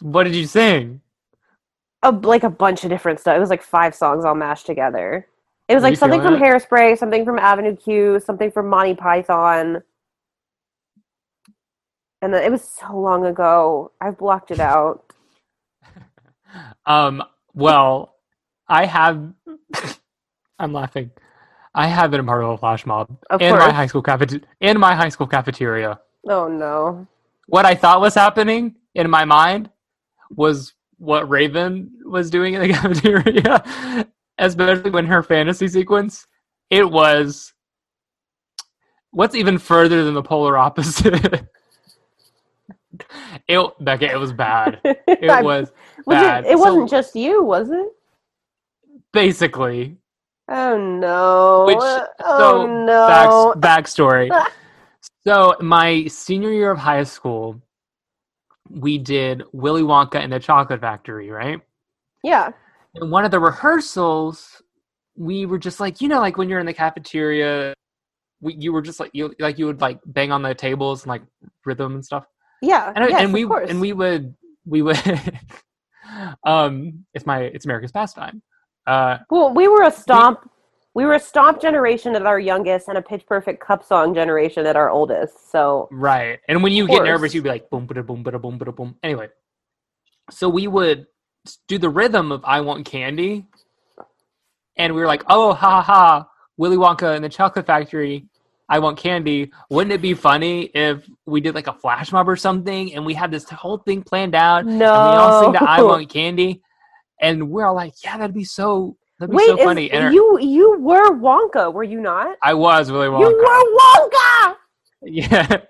what did you sing?
a, like a bunch of different stuff. It was like five songs all mashed together. It was
Were
like
you
something from
feeling
Hairspray, something from Avenue Q, something from Monty Python. And then, it was so long ago. I've blocked it out.
Um, well, I have I'm laughing. I have been a part of a flash mob
Of
in my
course.
high school cafete- in my high school cafeteria.
Oh no.
What I thought was happening in my mind was what Raven was doing in the cafeteria, especially when her fantasy sequence. It was what's even further than the polar opposite. it Becca, it was bad. It
I'm-
was
Was
bad.
It, it
So-
wasn't just you, was it?
basically
Oh no.
Which-
oh
so,
no.
Back, backstory. so my senior year of high school, we did Willy Wonka and the Chocolate Factory, right?
Yeah.
And one of the rehearsals, we were just like, you know, like when you're in the cafeteria, we, you were just like you like you would like bang on the tables and like rhythm and stuff.
Yeah.
And, I-
yes,
and we
of course.
and we would we would um it's my it's America's pastime. Uh
Well, we were a stomp we were a stomp generation at our youngest and a pitch perfect cup song generation at our oldest. So
Right. And when you get
course.
nervous, you'd be like boom, ba boom, ba boom, ba boom. Anyway, so we would s- do the rhythm of "I Want Candy," and we were like, "Oh, ha ha, ha Willy Wonka and the Chocolate Factory." I want candy. Wouldn't it be funny if we did like a flash mob or something and we had this whole thing planned out
no.
and we all sing the I Want Candy and we're all like, yeah, that'd be so that'd be
Wait,
so
is-
funny. And our-
you you were Wonka, were you not?
I was Willy Wonka.
You were Wonka.
Yes.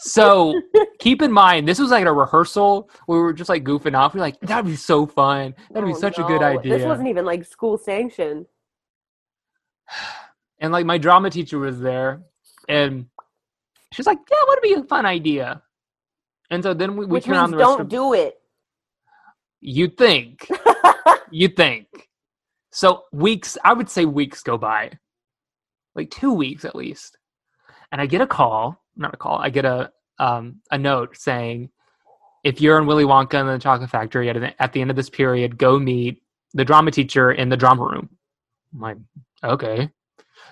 So keep in mind, this was like a rehearsal. We were just like goofing off. We are like, that'd be so fun. That'd
Oh,
be such a good
no.
idea.
This wasn't even like school sanctioned.
and like my drama teacher was there, and she's like, yeah, would be a fun idea. And so then we, we
Which
turn
means
on the rest
don't
of.
do it.
you think, you think. So weeks, I would say weeks go by, like two weeks at least, and I get a call. Not a call. I get a um, a note saying, if you're in Willy Wonka and the Chocolate Factory at, the- at the end of this period, go meet the drama teacher in the drama room. I'm like, okay.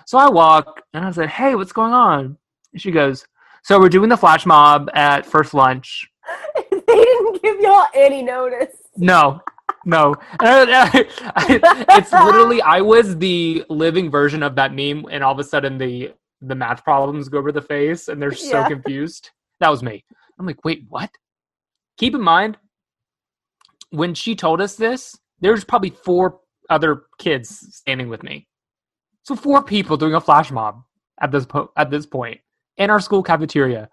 So I walk and I said, hey, what's going on? And she goes, so we're doing the flash mob at first lunch.
they didn't give y'all any notice.
No, no. And I- I- it's literally I was the living version of that meme, and all of a sudden the the math problems go over the face, and they're so
Yeah.
confused. That was me. I'm like, wait, what? Keep in mind, when she told us this, there's probably four other kids standing with me, so four people doing a flash mob at this po- at this point in our school cafeteria.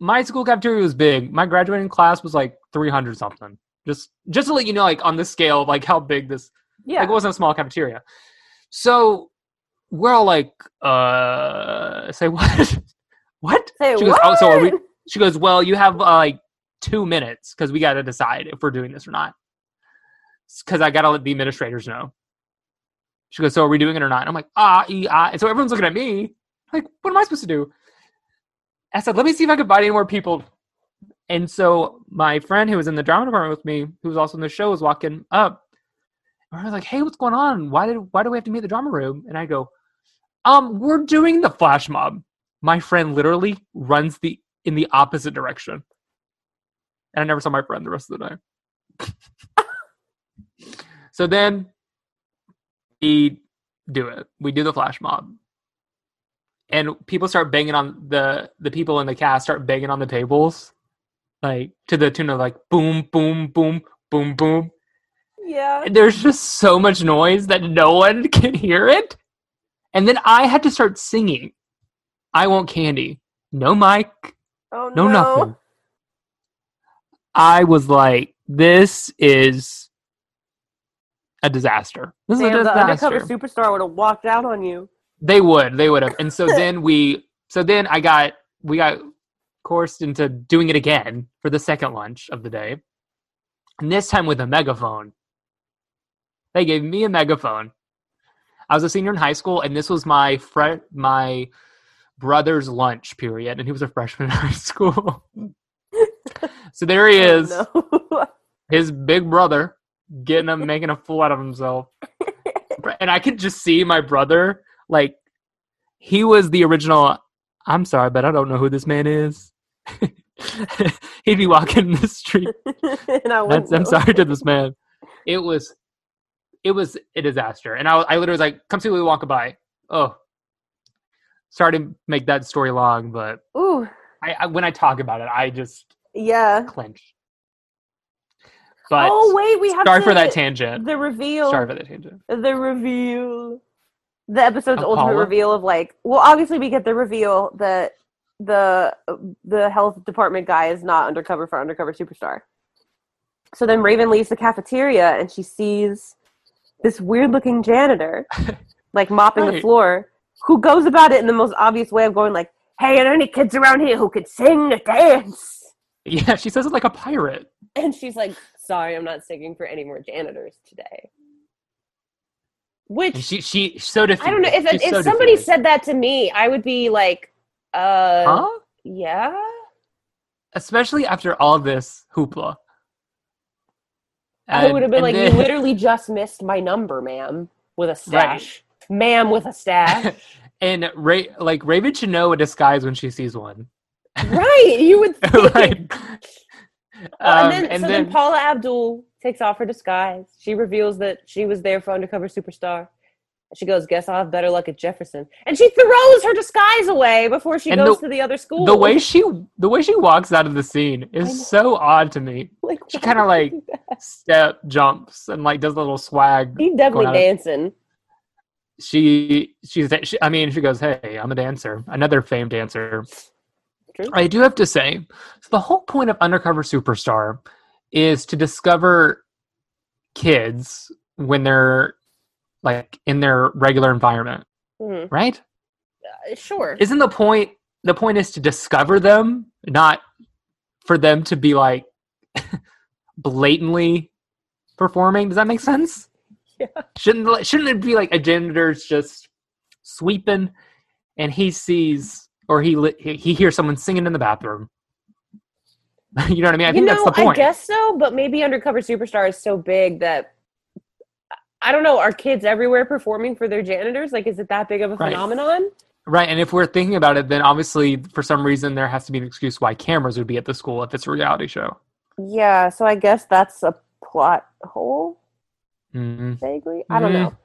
My school cafeteria was big. My graduating class was like 300 something just just to let you know like on the scale of like how big this
Yeah.
like it wasn't a small cafeteria so we're all like uh say what what
Say
she goes
what?
oh so are we she goes well you have uh, like two minutes because we got to decide if we're doing this or not because i gotta let the administrators know she goes so are we doing it or not and i'm like ah, e, ah. and so everyone's looking at me like what am i supposed to do i said let me see if i can buy any more people and so my friend who was in the drama department with me who was also in the show was walking up and i was like hey what's going on why did why do we have to meet in the drama room and i go um we're doing the flash mob my friend literally runs the in the opposite direction. And I never saw my friend the rest of the day. so then we do it. We do the flash mob. And people start banging on the the people in the cast start banging on the tables. Like to the tune of like boom, boom, boom, boom, boom.
Yeah.
And there's just so much noise that no one can hear it. And then I had to start singing. I want candy. No mic.
Oh no.
No, nothing. I was like, this is a disaster. This
Damn,
is a
the undercover
disaster.
superstar would have walked out on you.
they would, they would have. And so then we, so then I got, we got coursed into doing it again for the second lunch of the day. And this time with a megaphone. They gave me a megaphone. I was a senior in high school, and this was my fre- my brother's lunch period, and he was a freshman in high school. so there he is
Oh, no.
his big brother getting him making a fool out of himself and i could just see my brother like he was the original i'm sorry but i don't know who this man is he'd be walking in the street
and I wouldn't
that's, i'm
know.
sorry to this man it was it was a disaster and i, I literally was like come see we walk by oh sorry to make that story long but
Ooh,
I, I when i talk about it i just
yeah.
clench but
oh wait, we have
sorry
to,
for that tangent
the reveal.
Sorry for that tangent.
the reveal the episode's
Of
ultimate
Oh, Paula?
reveal of like well obviously we get the reveal that the the health department guy is not undercover for undercover superstar so then raven leaves the cafeteria and she sees this weird looking janitor like mopping the
Right.
floor who goes about it in the most obvious way of going like hey are there any kids around here who could sing or dance
Yeah, she says it like a pirate.
and she's like, "Sorry, I'm not singing for any more janitors today."
And
Which
she she she's so defeated.
I don't know if
She's
if
so
somebody
defeated.
said that to me, I would be like, "Uh,
huh?
yeah."
Especially after all this hoopla.
I
And-
would have been
and
like,
then-
"You literally just missed my number, ma'am, with a stash, ma'am, with a stash."
and Ra- like Raven should know a disguise when she sees one.
right? You would. Think.
like,
Well,
um,
and then, so then, Paula Abdul takes off her disguise. She reveals that she was there for undercover superstar. She goes, "Guess I'll have better luck at Jefferson," and she throws her disguise away before she
And
goes to
the-
the other school.
the way she the way she walks out of the scene
I know.
is so odd to me.
like,
She
why
kind of
would
like
you do that?
step jumps and like does a little swag.
he's definitely
going out of-
dancing.
She she's she, I mean she goes, "Hey, I'm a dancer, another famed dancer."
True.
I do have to say, so the whole point of Undercover Superstar is to discover kids when they're like in their regular environment,
Mhm.
right?
Uh, Sure.
Isn't the point the point is to discover them, not for them to be like blatantly performing? Does that make sense?
Yeah.
Shouldn't shouldn't it be like a janitor's just sweeping and he sees or he li- he he hears someone singing in the bathroom? you know what I mean? I
you
think
know,
that's the point.
I guess so, but maybe undercover superstar is so big that I don't know. Are kids everywhere performing for their janitors? Like, is it that big of a
Right.
phenomenon?
Right, and if we're thinking about it, then obviously for some reason there has to be an excuse why cameras would be at the school if it's a reality show.
Yeah. So I guess that's a plot hole.
hmm
vaguely. I don't
Mhm.
know.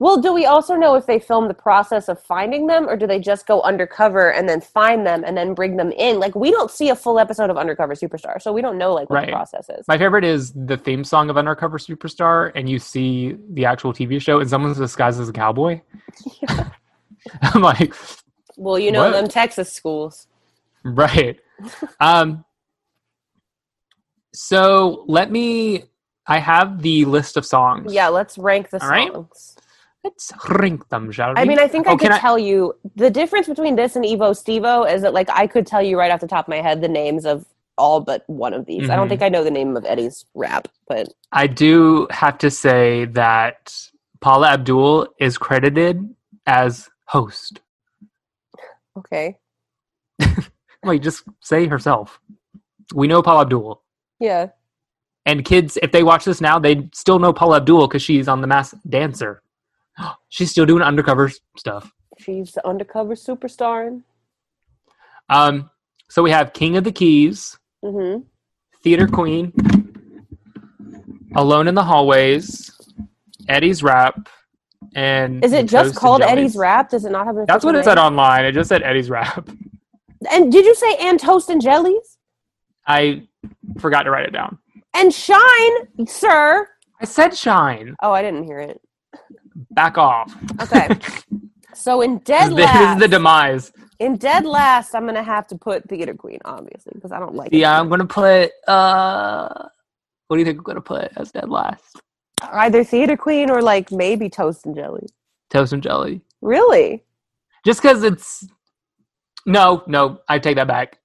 Well, do we also know if they film the process of finding them, or do they just go undercover and then find them and then bring them in? Like we don't see a full episode of Undercover Superstar, so we don't know like what the
Right.
process is.
My favorite is the theme song of Undercover Superstar, and you see the actual TV show, and someone's disguised as a cowboy. I'm like,
Well, you know
What?
them Texas schools.
right. um, so let me. I have the list of songs.
Yeah, let's rank the
All right.
songs.
let's rank them, shall we?
I mean, I think I
Oh,
could
can I-
tell you the difference between this and Evo Stevo is that like I could tell you right off the top of my head the names of all but one of these. I don't
Mhm.
think I know the name of Eddie's rap, but
I do have to say that Paula Abdul is credited as host.
okay.
Like, just say herself. We know Paula Abdul.
Yeah.
And kids, if they watch this now, they still know Paula Abdul because she's on The Mass Dancer. she's still doing undercover s- stuff.
She's the undercover superstar.
Um, so we have King of the Keys,
Mm-hmm.
Theater Queen, Alone in the Hallways, Eddie's Rap, and
Is it
Toast
just
and
called
Jellies.
Eddie's Wrap? Does it not have an
That's what it
official
said online. It just said Eddie's Rap.
name? And did you say and toast and jellies?
I forgot to write it down.
And shine, sir.
I said Shine.
Oh, I didn't hear it.
Back off.
Okay. so in dead
this is
last,
the demise.
In dead last, I'm gonna have to put Theater Queen, obviously, because I don't like it.
Yeah, I'm gonna put. uh What do you think I'm gonna put as dead last?
Either Theater Queen or like maybe Toast and Jelly.
Toast and jelly.
Really?
Just because it's. No, no, I take that back.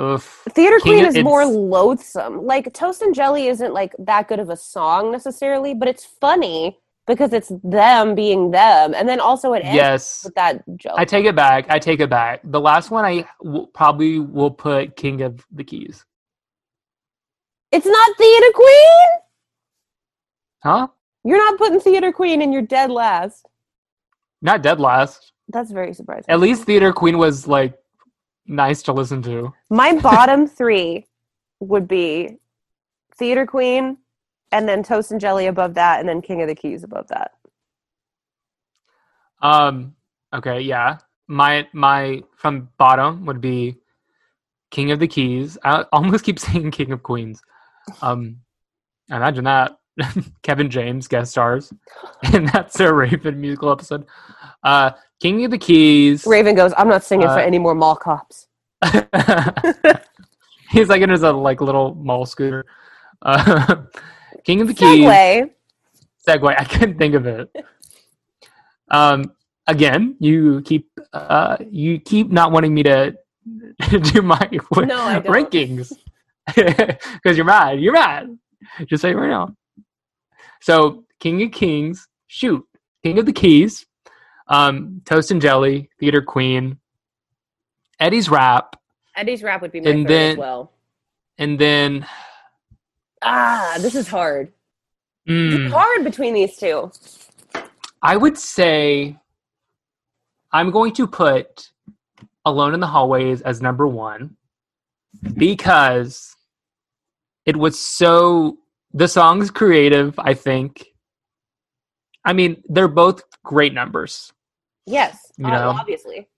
Oof.
Theater
King
Queen
of-
is more
it's-
loathsome. Like Toast and Jelly isn't like that good of a song necessarily, but it's funny because it's them being them, and then also it ends
Yes.
with that joke.
I take it back. I take it back. The last one I w- probably will put King of the Keys.
it's not Theater Queen.
Huh?
You're not putting Theater Queen in your dead last.
Not dead last.
That's very surprising.
At least Theater Queen was like nice to listen to.
My bottom three would be Theater Queen, and then Toast and Jelly above that, and then King of the Keys above that.
Um okay, yeah. My my from bottom would be King of the Keys. I almost keep saying King of Queens. Um imagine that. Kevin James guest stars and that's a Raven musical episode. Uh King of the Keys.
Raven goes, "I'm not singing for
Uh,
any more mall cops."
He's like in his uh, like little mall scooter. Uh, King of the Keys.
Segway.
Segway. I couldn't think of it. Um, again, you keep uh, you keep not wanting me to do my w-
No, I don't.
rankings because you're mad. You're mad. Just say it right now. So, King of Kings, shoot, King of the Keys, um, Toast and Jelly, Theater Queen, Eddie's Rap,
Eddie's rap would be
my And third as then-
well.
and then
Ah, this is hard.
mm,
hard between these two.
I would say I'm going to put Alone in the Hallways as number one because it was so the song's creative, I think. I mean, they're both great numbers.
Yes, Uh,
You know.
obviously.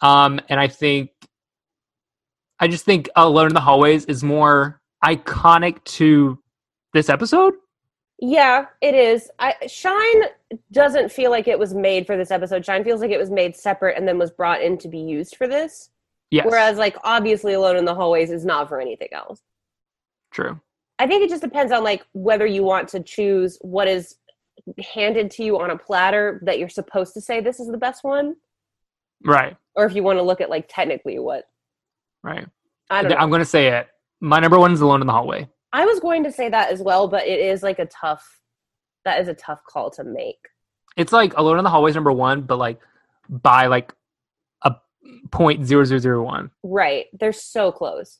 Um, and I think I just think Alone in the Hallways is more iconic to this episode.
Yeah, it is. I, Shine doesn't feel like it was made for this episode. Shine feels like it was made separate and then was brought in to be used for this.
Yes.
Whereas, like, obviously, Alone in the Hallways is not for anything else.
true.
I think it just depends on like whether you want to choose what is handed to you on a platter that you're supposed to say this is the best one,
Right.
or if you want to look at like technically what
Right.
I don't know.
I'm going to say it. My number one is Alone in the Hallway.
I was going to say that as well, but it is like a tough. That is a tough call to make.
It's like Alone in the Hallway is number one, but like by like a point zero zero zero one.
Right? They're so close,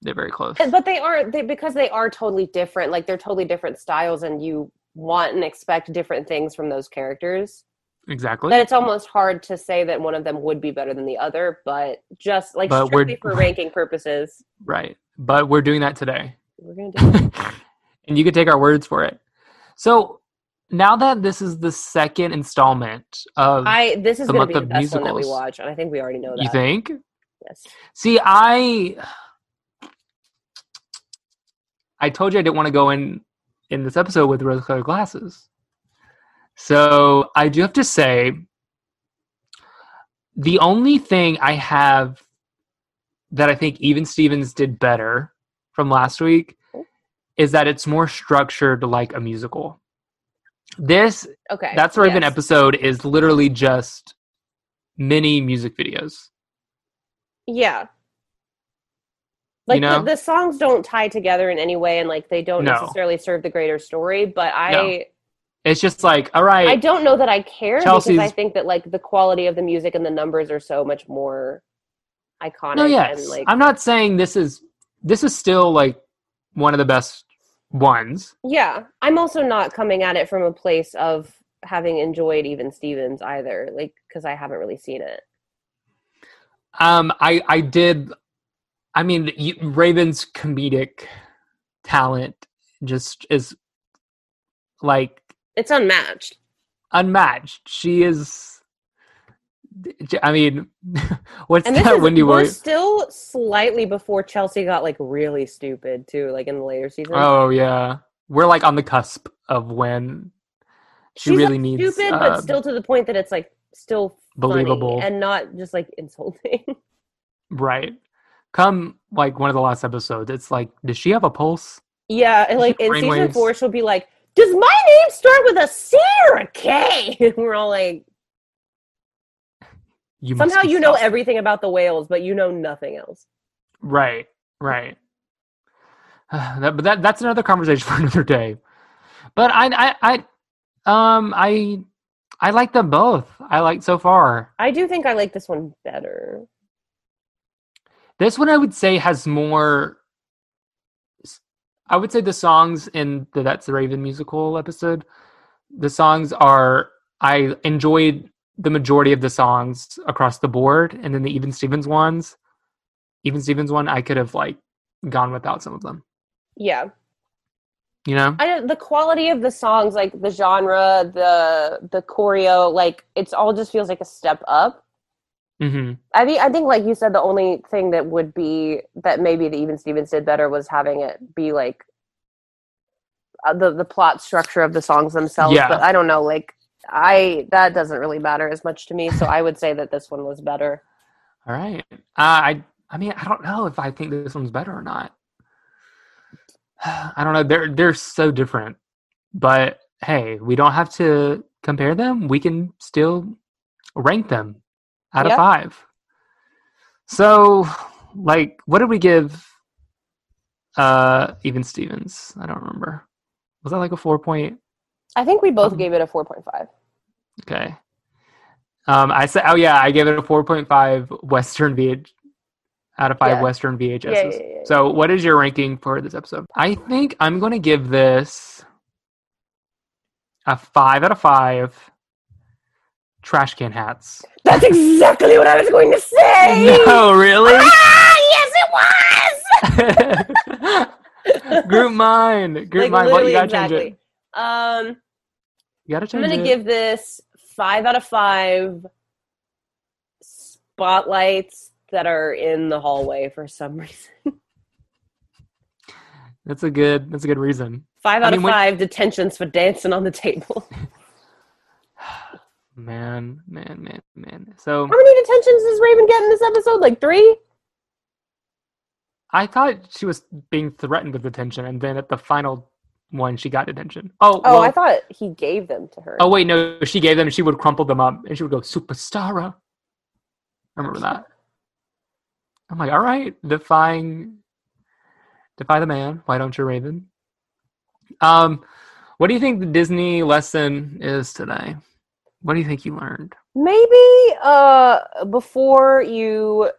They're very close.
And- but they are they because they are totally different. Like they're totally different styles, and you want and expect different things from those characters.
Exactly.
That it's almost hard to say that one of them would be better than the other, but just like
But we're-
strictly for ranking purposes,
Right. But we're doing that today.
we're gonna do.
and you can take our words for it. So now that this is the second installment of
I this is
The
gonna
month
be the
of
best one that we
musicals.
watch, and I think we already know that.
you think?
Yes.
See, I I told you I didn't want to go in in this episode with rose colored glasses. So I do have to say the only thing I have that I think even Stevens did better from last week is that it's more structured like a musical. This
Okay.
that's Raven
yes.
episode is literally just mini music videos.
Yeah. Like
know?
the, the songs don't tie together in any way and like they don't
No.
necessarily serve the greater story, but I
It's just like, all right,
I don't know that I care
Chelsea's-
because I think that like the quality of the music and the numbers are so much more iconic
No, yes.
and like
I'm not saying this is this is still like one of the best ones.
Yeah. I'm also not coming at it from a place of having enjoyed even Stevens either, like cuz I haven't really seen it.
Um I I did I mean you, Raven's comedic talent just is like
It's unmatched.
unmatched. She is I mean what's
And this
that
is
Wendy
we're
Williams?
still slightly before Chelsea got like really stupid too, like in the later seasons.
Oh yeah. We're like on the cusp of when she
She's
really
like,
needs
stupid,
um,
but still to the point that it's like still funny
believable,
and not just like insulting.
right? Come like one of the last episodes, it's like, does she have a pulse?
yeah, and like in season
Brainwaves.
four, she'll be like, "Does my name start with a C or a K?" And we're all like,
You must
"Somehow
be
you know
sus."
everything about the whales, but you know nothing else."
Right, right. that, but that that's another conversation for another day. But I I I um I I like them both. I like so far.
I do think I like this one better.
This one I would say has more. I would say the songs in the That's the Raven musical episode, the songs are I enjoyed the majority of the songs across the board, and then the Even Stevens ones, Even Stevens one I could have like gone without some of them.
Yeah,
You know,
I don't- the quality of the songs, like the genre, the the choreo, like it's all just feels like a step up.
mm-hmm.
I mean, I think, like you said, the only thing that would be that maybe the Even Stevens did better was having it be like uh, the the plot structure of the songs themselves.
Yeah.
But I don't know, like I that doesn't really matter as much to me. So I would say that this one was better.
All right. Uh, I I mean I don't know if I think this one's better or not. I don't know. They're they're so different, but hey, we don't have to compare them. We can still rank them out
Yeah.
of five. So, like, what did we give? Uh, even Stevens. I don't remember. Was that like a four point?
I think we both
Um,
gave it a four point five.
Okay. Um, I said, oh yeah, I gave it a four point five Western VH out of five
Yeah.
Western VHSs.
Yeah, yeah, yeah, yeah.
So, what is your ranking for this episode? I think I'm going to give this a five out of five. Trash can hats.
That's exactly what I was going to say.
No, really?
Ah, yes, it was.
group mine, group mine. What
literally
you gotta change it?
Um.
You gotta
I'm
change
gonna
it.
give this five out of five spotlights that are in the hallway for some reason.
That's a good. That's a good reason.
Five
I
out
mean,
of
when-
five detentions for dancing on the table.
Man, man, man, man. So
How many detentions does Raven get in this episode? Like three?
I thought she was being threatened with detention, and then at the final one, she got detention. Oh,
Oh,
well,
I thought he gave them to her.
Oh wait, no, she gave them. She would crumple them up, and she would go superstara. I remember that. I'm like, all right, defying, defy the man. Why don't you, Raven? Um, what do you think the Disney lesson is today? What do you think you learned?
Maybe uh, before you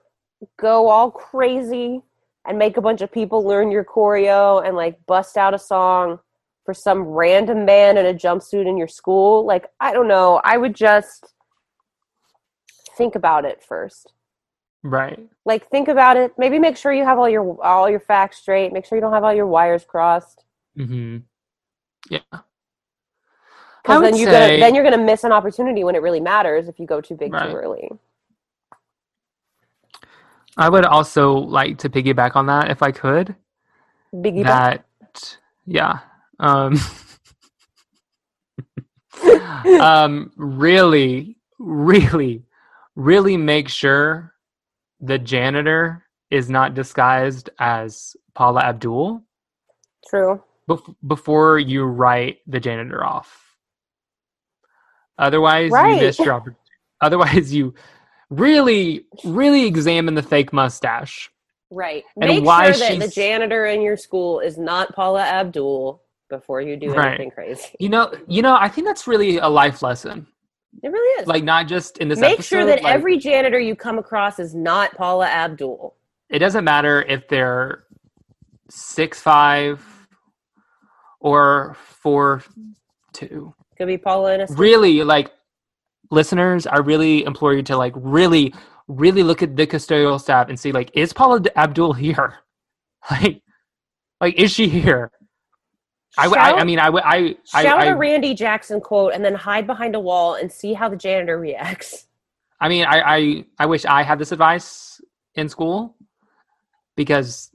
go all crazy and make a bunch of people learn your choreo and like bust out a song for some random man in a jumpsuit in your school, like I don't know, I would just think about it first.
Right.
Like think about it. Maybe make sure you have all your all your facts straight. Make sure you don't have all your wires crossed.
Mm-hmm. Yeah. I
Because
would
then you're
say-
gonna then you're gonna miss an opportunity when it really matters if you go too big
Right.
too early.
I would also like to piggyback on that if I could.
Biggie
that yeah um um really really really make sure the janitor is not disguised as paula abdul
True.
bef- before you write the janitor off otherwise
Right.
you miss your opportunity otherwise you really really examine the fake mustache
Right.
And
Make
why
sure that the
she's-
janitor in your school is not Paula Abdul before you do
Right.
anything crazy.
you know you know i think that's really a life lesson
It really is.
like not just in this
Make
episode,
sure that
like,
every janitor you come across is not Paula Abdul.
it doesn't matter if they're six five or four two
Could be Paula in a
really like listeners i really implore you to like really really look at the custodial staff and see like is paula D- abdul here like like is she here I w I I
Shout-
I, mean i w- i I-
Shout
I-
a Randy Jackson quote and then hide behind a wall and see how the janitor reacts.
I mean, I, I I wish I had this advice in school because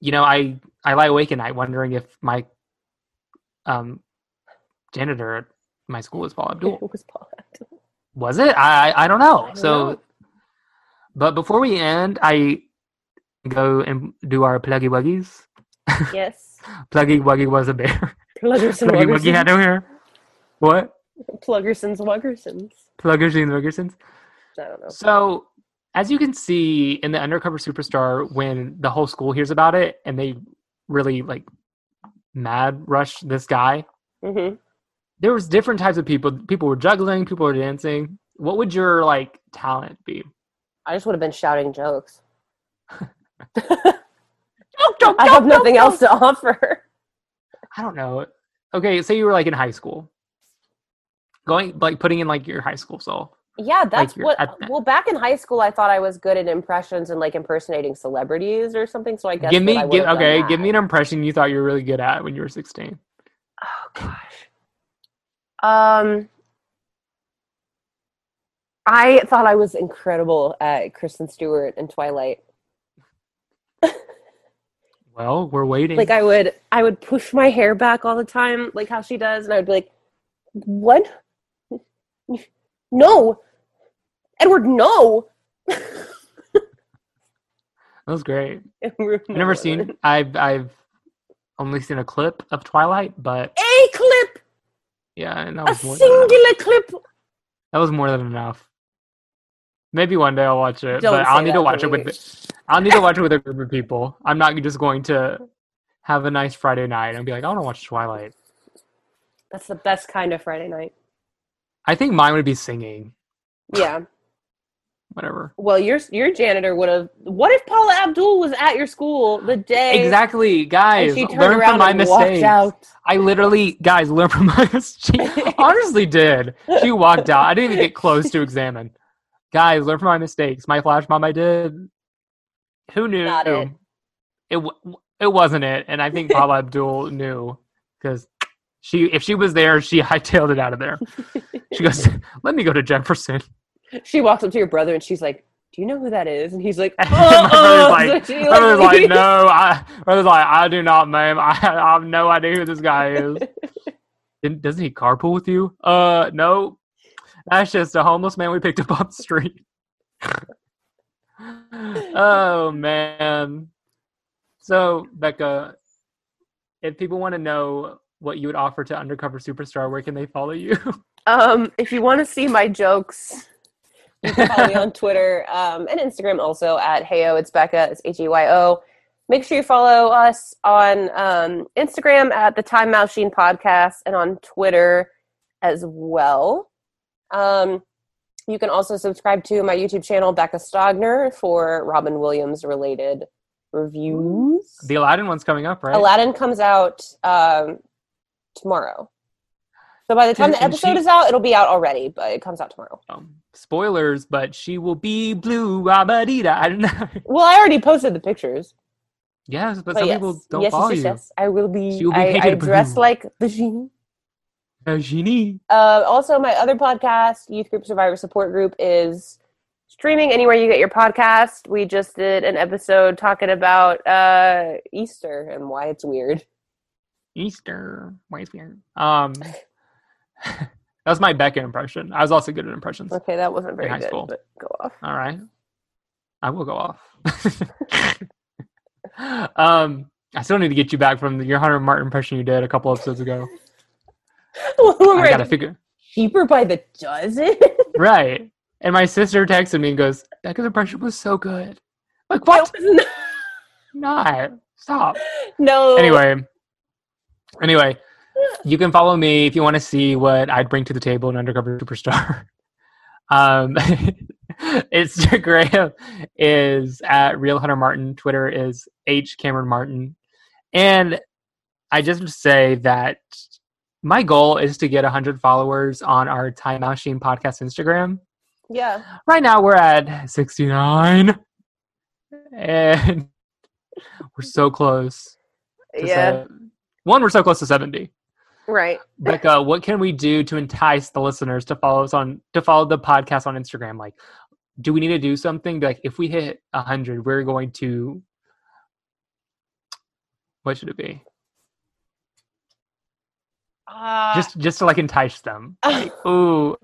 you know I I lie awake at night wondering if my um janitor at my school is Paul Abdul.
It was Paula Abdul.
Was it? I I, I don't know.
I don't
so,
know.
but before we end, I go and do our pluggy wuggies.
Yes.
Pluggy wuggy was a bear.
Pluggerson
pluggy wuggy had
Wuggersons.
no hair. What?
Pluggersons Wuggersons.
Pluggers and Wuggersons.
I don't know.
So, as you can see in the undercover superstar, when the whole school hears about it and they really like mad rush this guy,
Mm-hmm.
there was different types of people. People were juggling, people were dancing. What would your like talent be?
I just would have been shouting jokes. Oh,
I
I have nothing else to offer.
I don't know. Okay, say you were like in high school, going like putting in like your high school self.
Yeah, that's
you're
what.
at that-
Well, back in high school, I thought I was good at impressions and like impersonating celebrities or something. So I guess
give me,
that I would
give,
have done
okay,
that.
give me an impression you thought you were really good at when you were sixteen.
Oh gosh. Um, I thought I was incredible at Kristen Stewart and Twilight.
Well, we're waiting.
Like I would, I would push my hair back all the time, like how she does, and I would be like, "What? No, Edward, no."
that was great.
I've
I've never seen. I've I've only seen a clip of Twilight, but
a clip,
yeah, and that
a
was more than enough.
singular clip.
that was more than enough. Maybe one day I'll watch it,
Don't
but I'll
say
need
that,
to watch it with. I'll need to watch it with a group of people. I'm not just going to have a nice Friday night and be like, I want to watch Twilight.
That's the best kind of Friday night.
I think mine would be singing.
Yeah.
Whatever.
Well, your your janitor would have. What if Paula Abdul was at your school the day
Exactly, guys.
and she turned
Learn
around
from my
and walked
mistakes.
out?
I literally, guys, learn from my mistakes. She honestly did. She walked out. I didn't even get close to examine. Guys, learn from my mistakes. My flash mom, I did. Who knew?
Not it.
It, w- it wasn't it, and I think Paula Abdul knew because she, if she was there, she hightailed it out of there. She goes, "Let me go to Jefferson."
She walks up to your brother and she's like, "Do you know who that is?" And he's like,
And my brother's
"Oh,
like- I was like, no, I, I was like, I do not, ma'am. I, I have no idea who this guy is. Didn't, doesn't he carpool with you? Uh, no. That's just a homeless man we picked up off the street. oh man. So Becca, if people want to know what you would offer to undercover superstar, where can they follow you?
Um, if you want to see my jokes, you can follow me on Twitter um, and Instagram also at Heyo. It's Becca. It's H E Y O. Make sure you follow us on um, Instagram at the Time Machine Podcast and on Twitter as well. Um, you can also subscribe to my YouTube channel, Becca Stogner, for Robin Williams related reviews.
the Aladdin one's coming up, right?
Aladdin comes out um, tomorrow. So by the time
Dude,
the
and
episode
she-
is out, it'll be out already, but it comes out tomorrow.
Um, spoilers, but she will be blue. Abadida. I don't know.
Well, I already posted the pictures.
Yes,
But
but some
Oh, yes,
people don't
yes,
follow
yes, yes,
you.
yes. I will be.
So you'll be
I, I
naked,
dress
boo.
like the genie.
Uh, Genie.
Uh, also, my other podcast, Youth Group Survivor Support Group, is streaming anywhere you get your podcast. We just did an episode talking about uh, Easter and why it's weird.
Easter. Why is weird? Um, that was my Becca impression. I was also good at impressions.
Okay, that wasn't very
Nice
good,
goal.
but go off.
All right. I will go off. um, I still need to get you back from your Hunter Martin impression you did a couple episodes ago. I gotta figure.
cheaper by the dozen.
Right. And my sister texted me and goes, Becca's impression was so good. Like,
That
what?
was not-
Not. Stop.
no.
anyway, anyway, you can follow me if you want to see what I'd bring to the table in Undercover Superstar. um, Instagram is at Real Hunter Martin. Twitter is H Cameron Martin. And I just would say that my goal is to get 100 followers on our Time Machine podcast Instagram.
Yeah.
Right now we're at 69. And we're so close to
Yeah.
se- one, we're so close to 70.
Right.
Becca, what can we do to entice the listeners to follow us on, to follow the podcast on Instagram? Like, do we need to do something? Be Like, if we hit 100, we're going to, what should it be?
Uh,
Ah. just, just to like entice them. Ooh,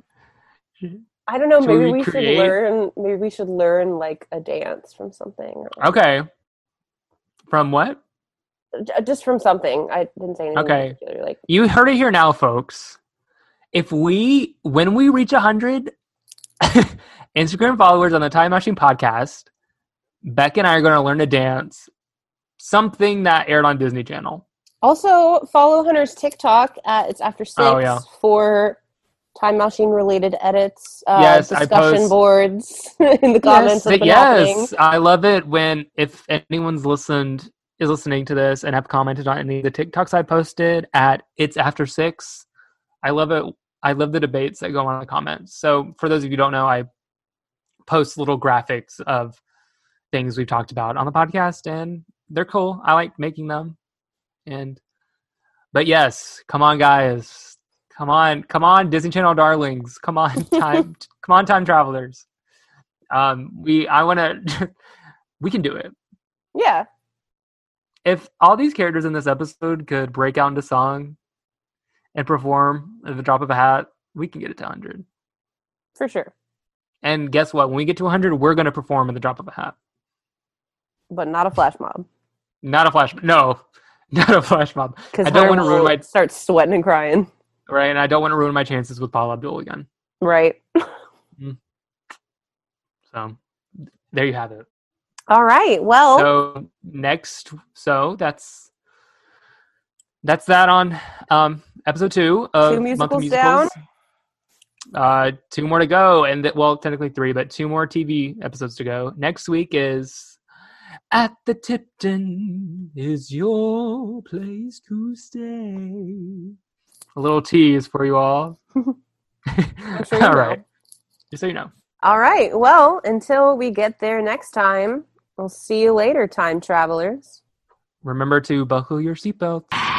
I don't know.
Should we
maybe we should
recreate?
learn. Maybe we should learn like a dance from something. or-
Okay. From what?
J- Just from something. I didn't say anything.
Okay.
in particular, Like
You heard it here now, folks. If we, when we reach 100 Instagram followers on the Time Machine podcast, Beck and I are going to learn to dance something that aired on Disney Channel.
also follow Hunter's TikTok. At, it's after six
Oh, yeah.
for time machine related edits. Uh,
Yes, I
discussion
post-
boards in the comments.
But
Yes.
yes, I love it when if anyone's listened is listening to this and have commented on any of the TikToks I posted at It's After Six. I love it. I love the debates that go on in the comments. So for those of you who don't know, I post little graphics of things we've talked about on the podcast and they're cool. I like making them. And but yes, come on guys. Come on, come on, Disney Channel darlings. Come on, time come on, time travelers. Um we I wanna we can do it.
Yeah.
If all these characters in this episode could break out into song and perform at the drop of a hat, we can get it to 100.
For sure.
And guess what? When we get to 100, we're going to perform at the drop of a hat.
But not a flash mob.
Not a flash. No, not a flash mob.
Because
I don't
Hunter
wanna ruin
will
my-
start sweating and crying.
Right. And I don't want to ruin my chances with Paul Abdul again.
Right.
So there you have it.
All right. Well.
So next, so that's that's that on um, episode two of
Two
Month of
musicals down.
Uh, two more to go, and th- well, technically three, but two more TV episodes to go. Next week is at the Tipton is your place to stay. A little tease for you all.
sure you
all
know.
right, just so you know.
All right. Well, until we get there next time, we'll see you later, time travelers.
Remember to buckle your seatbelts.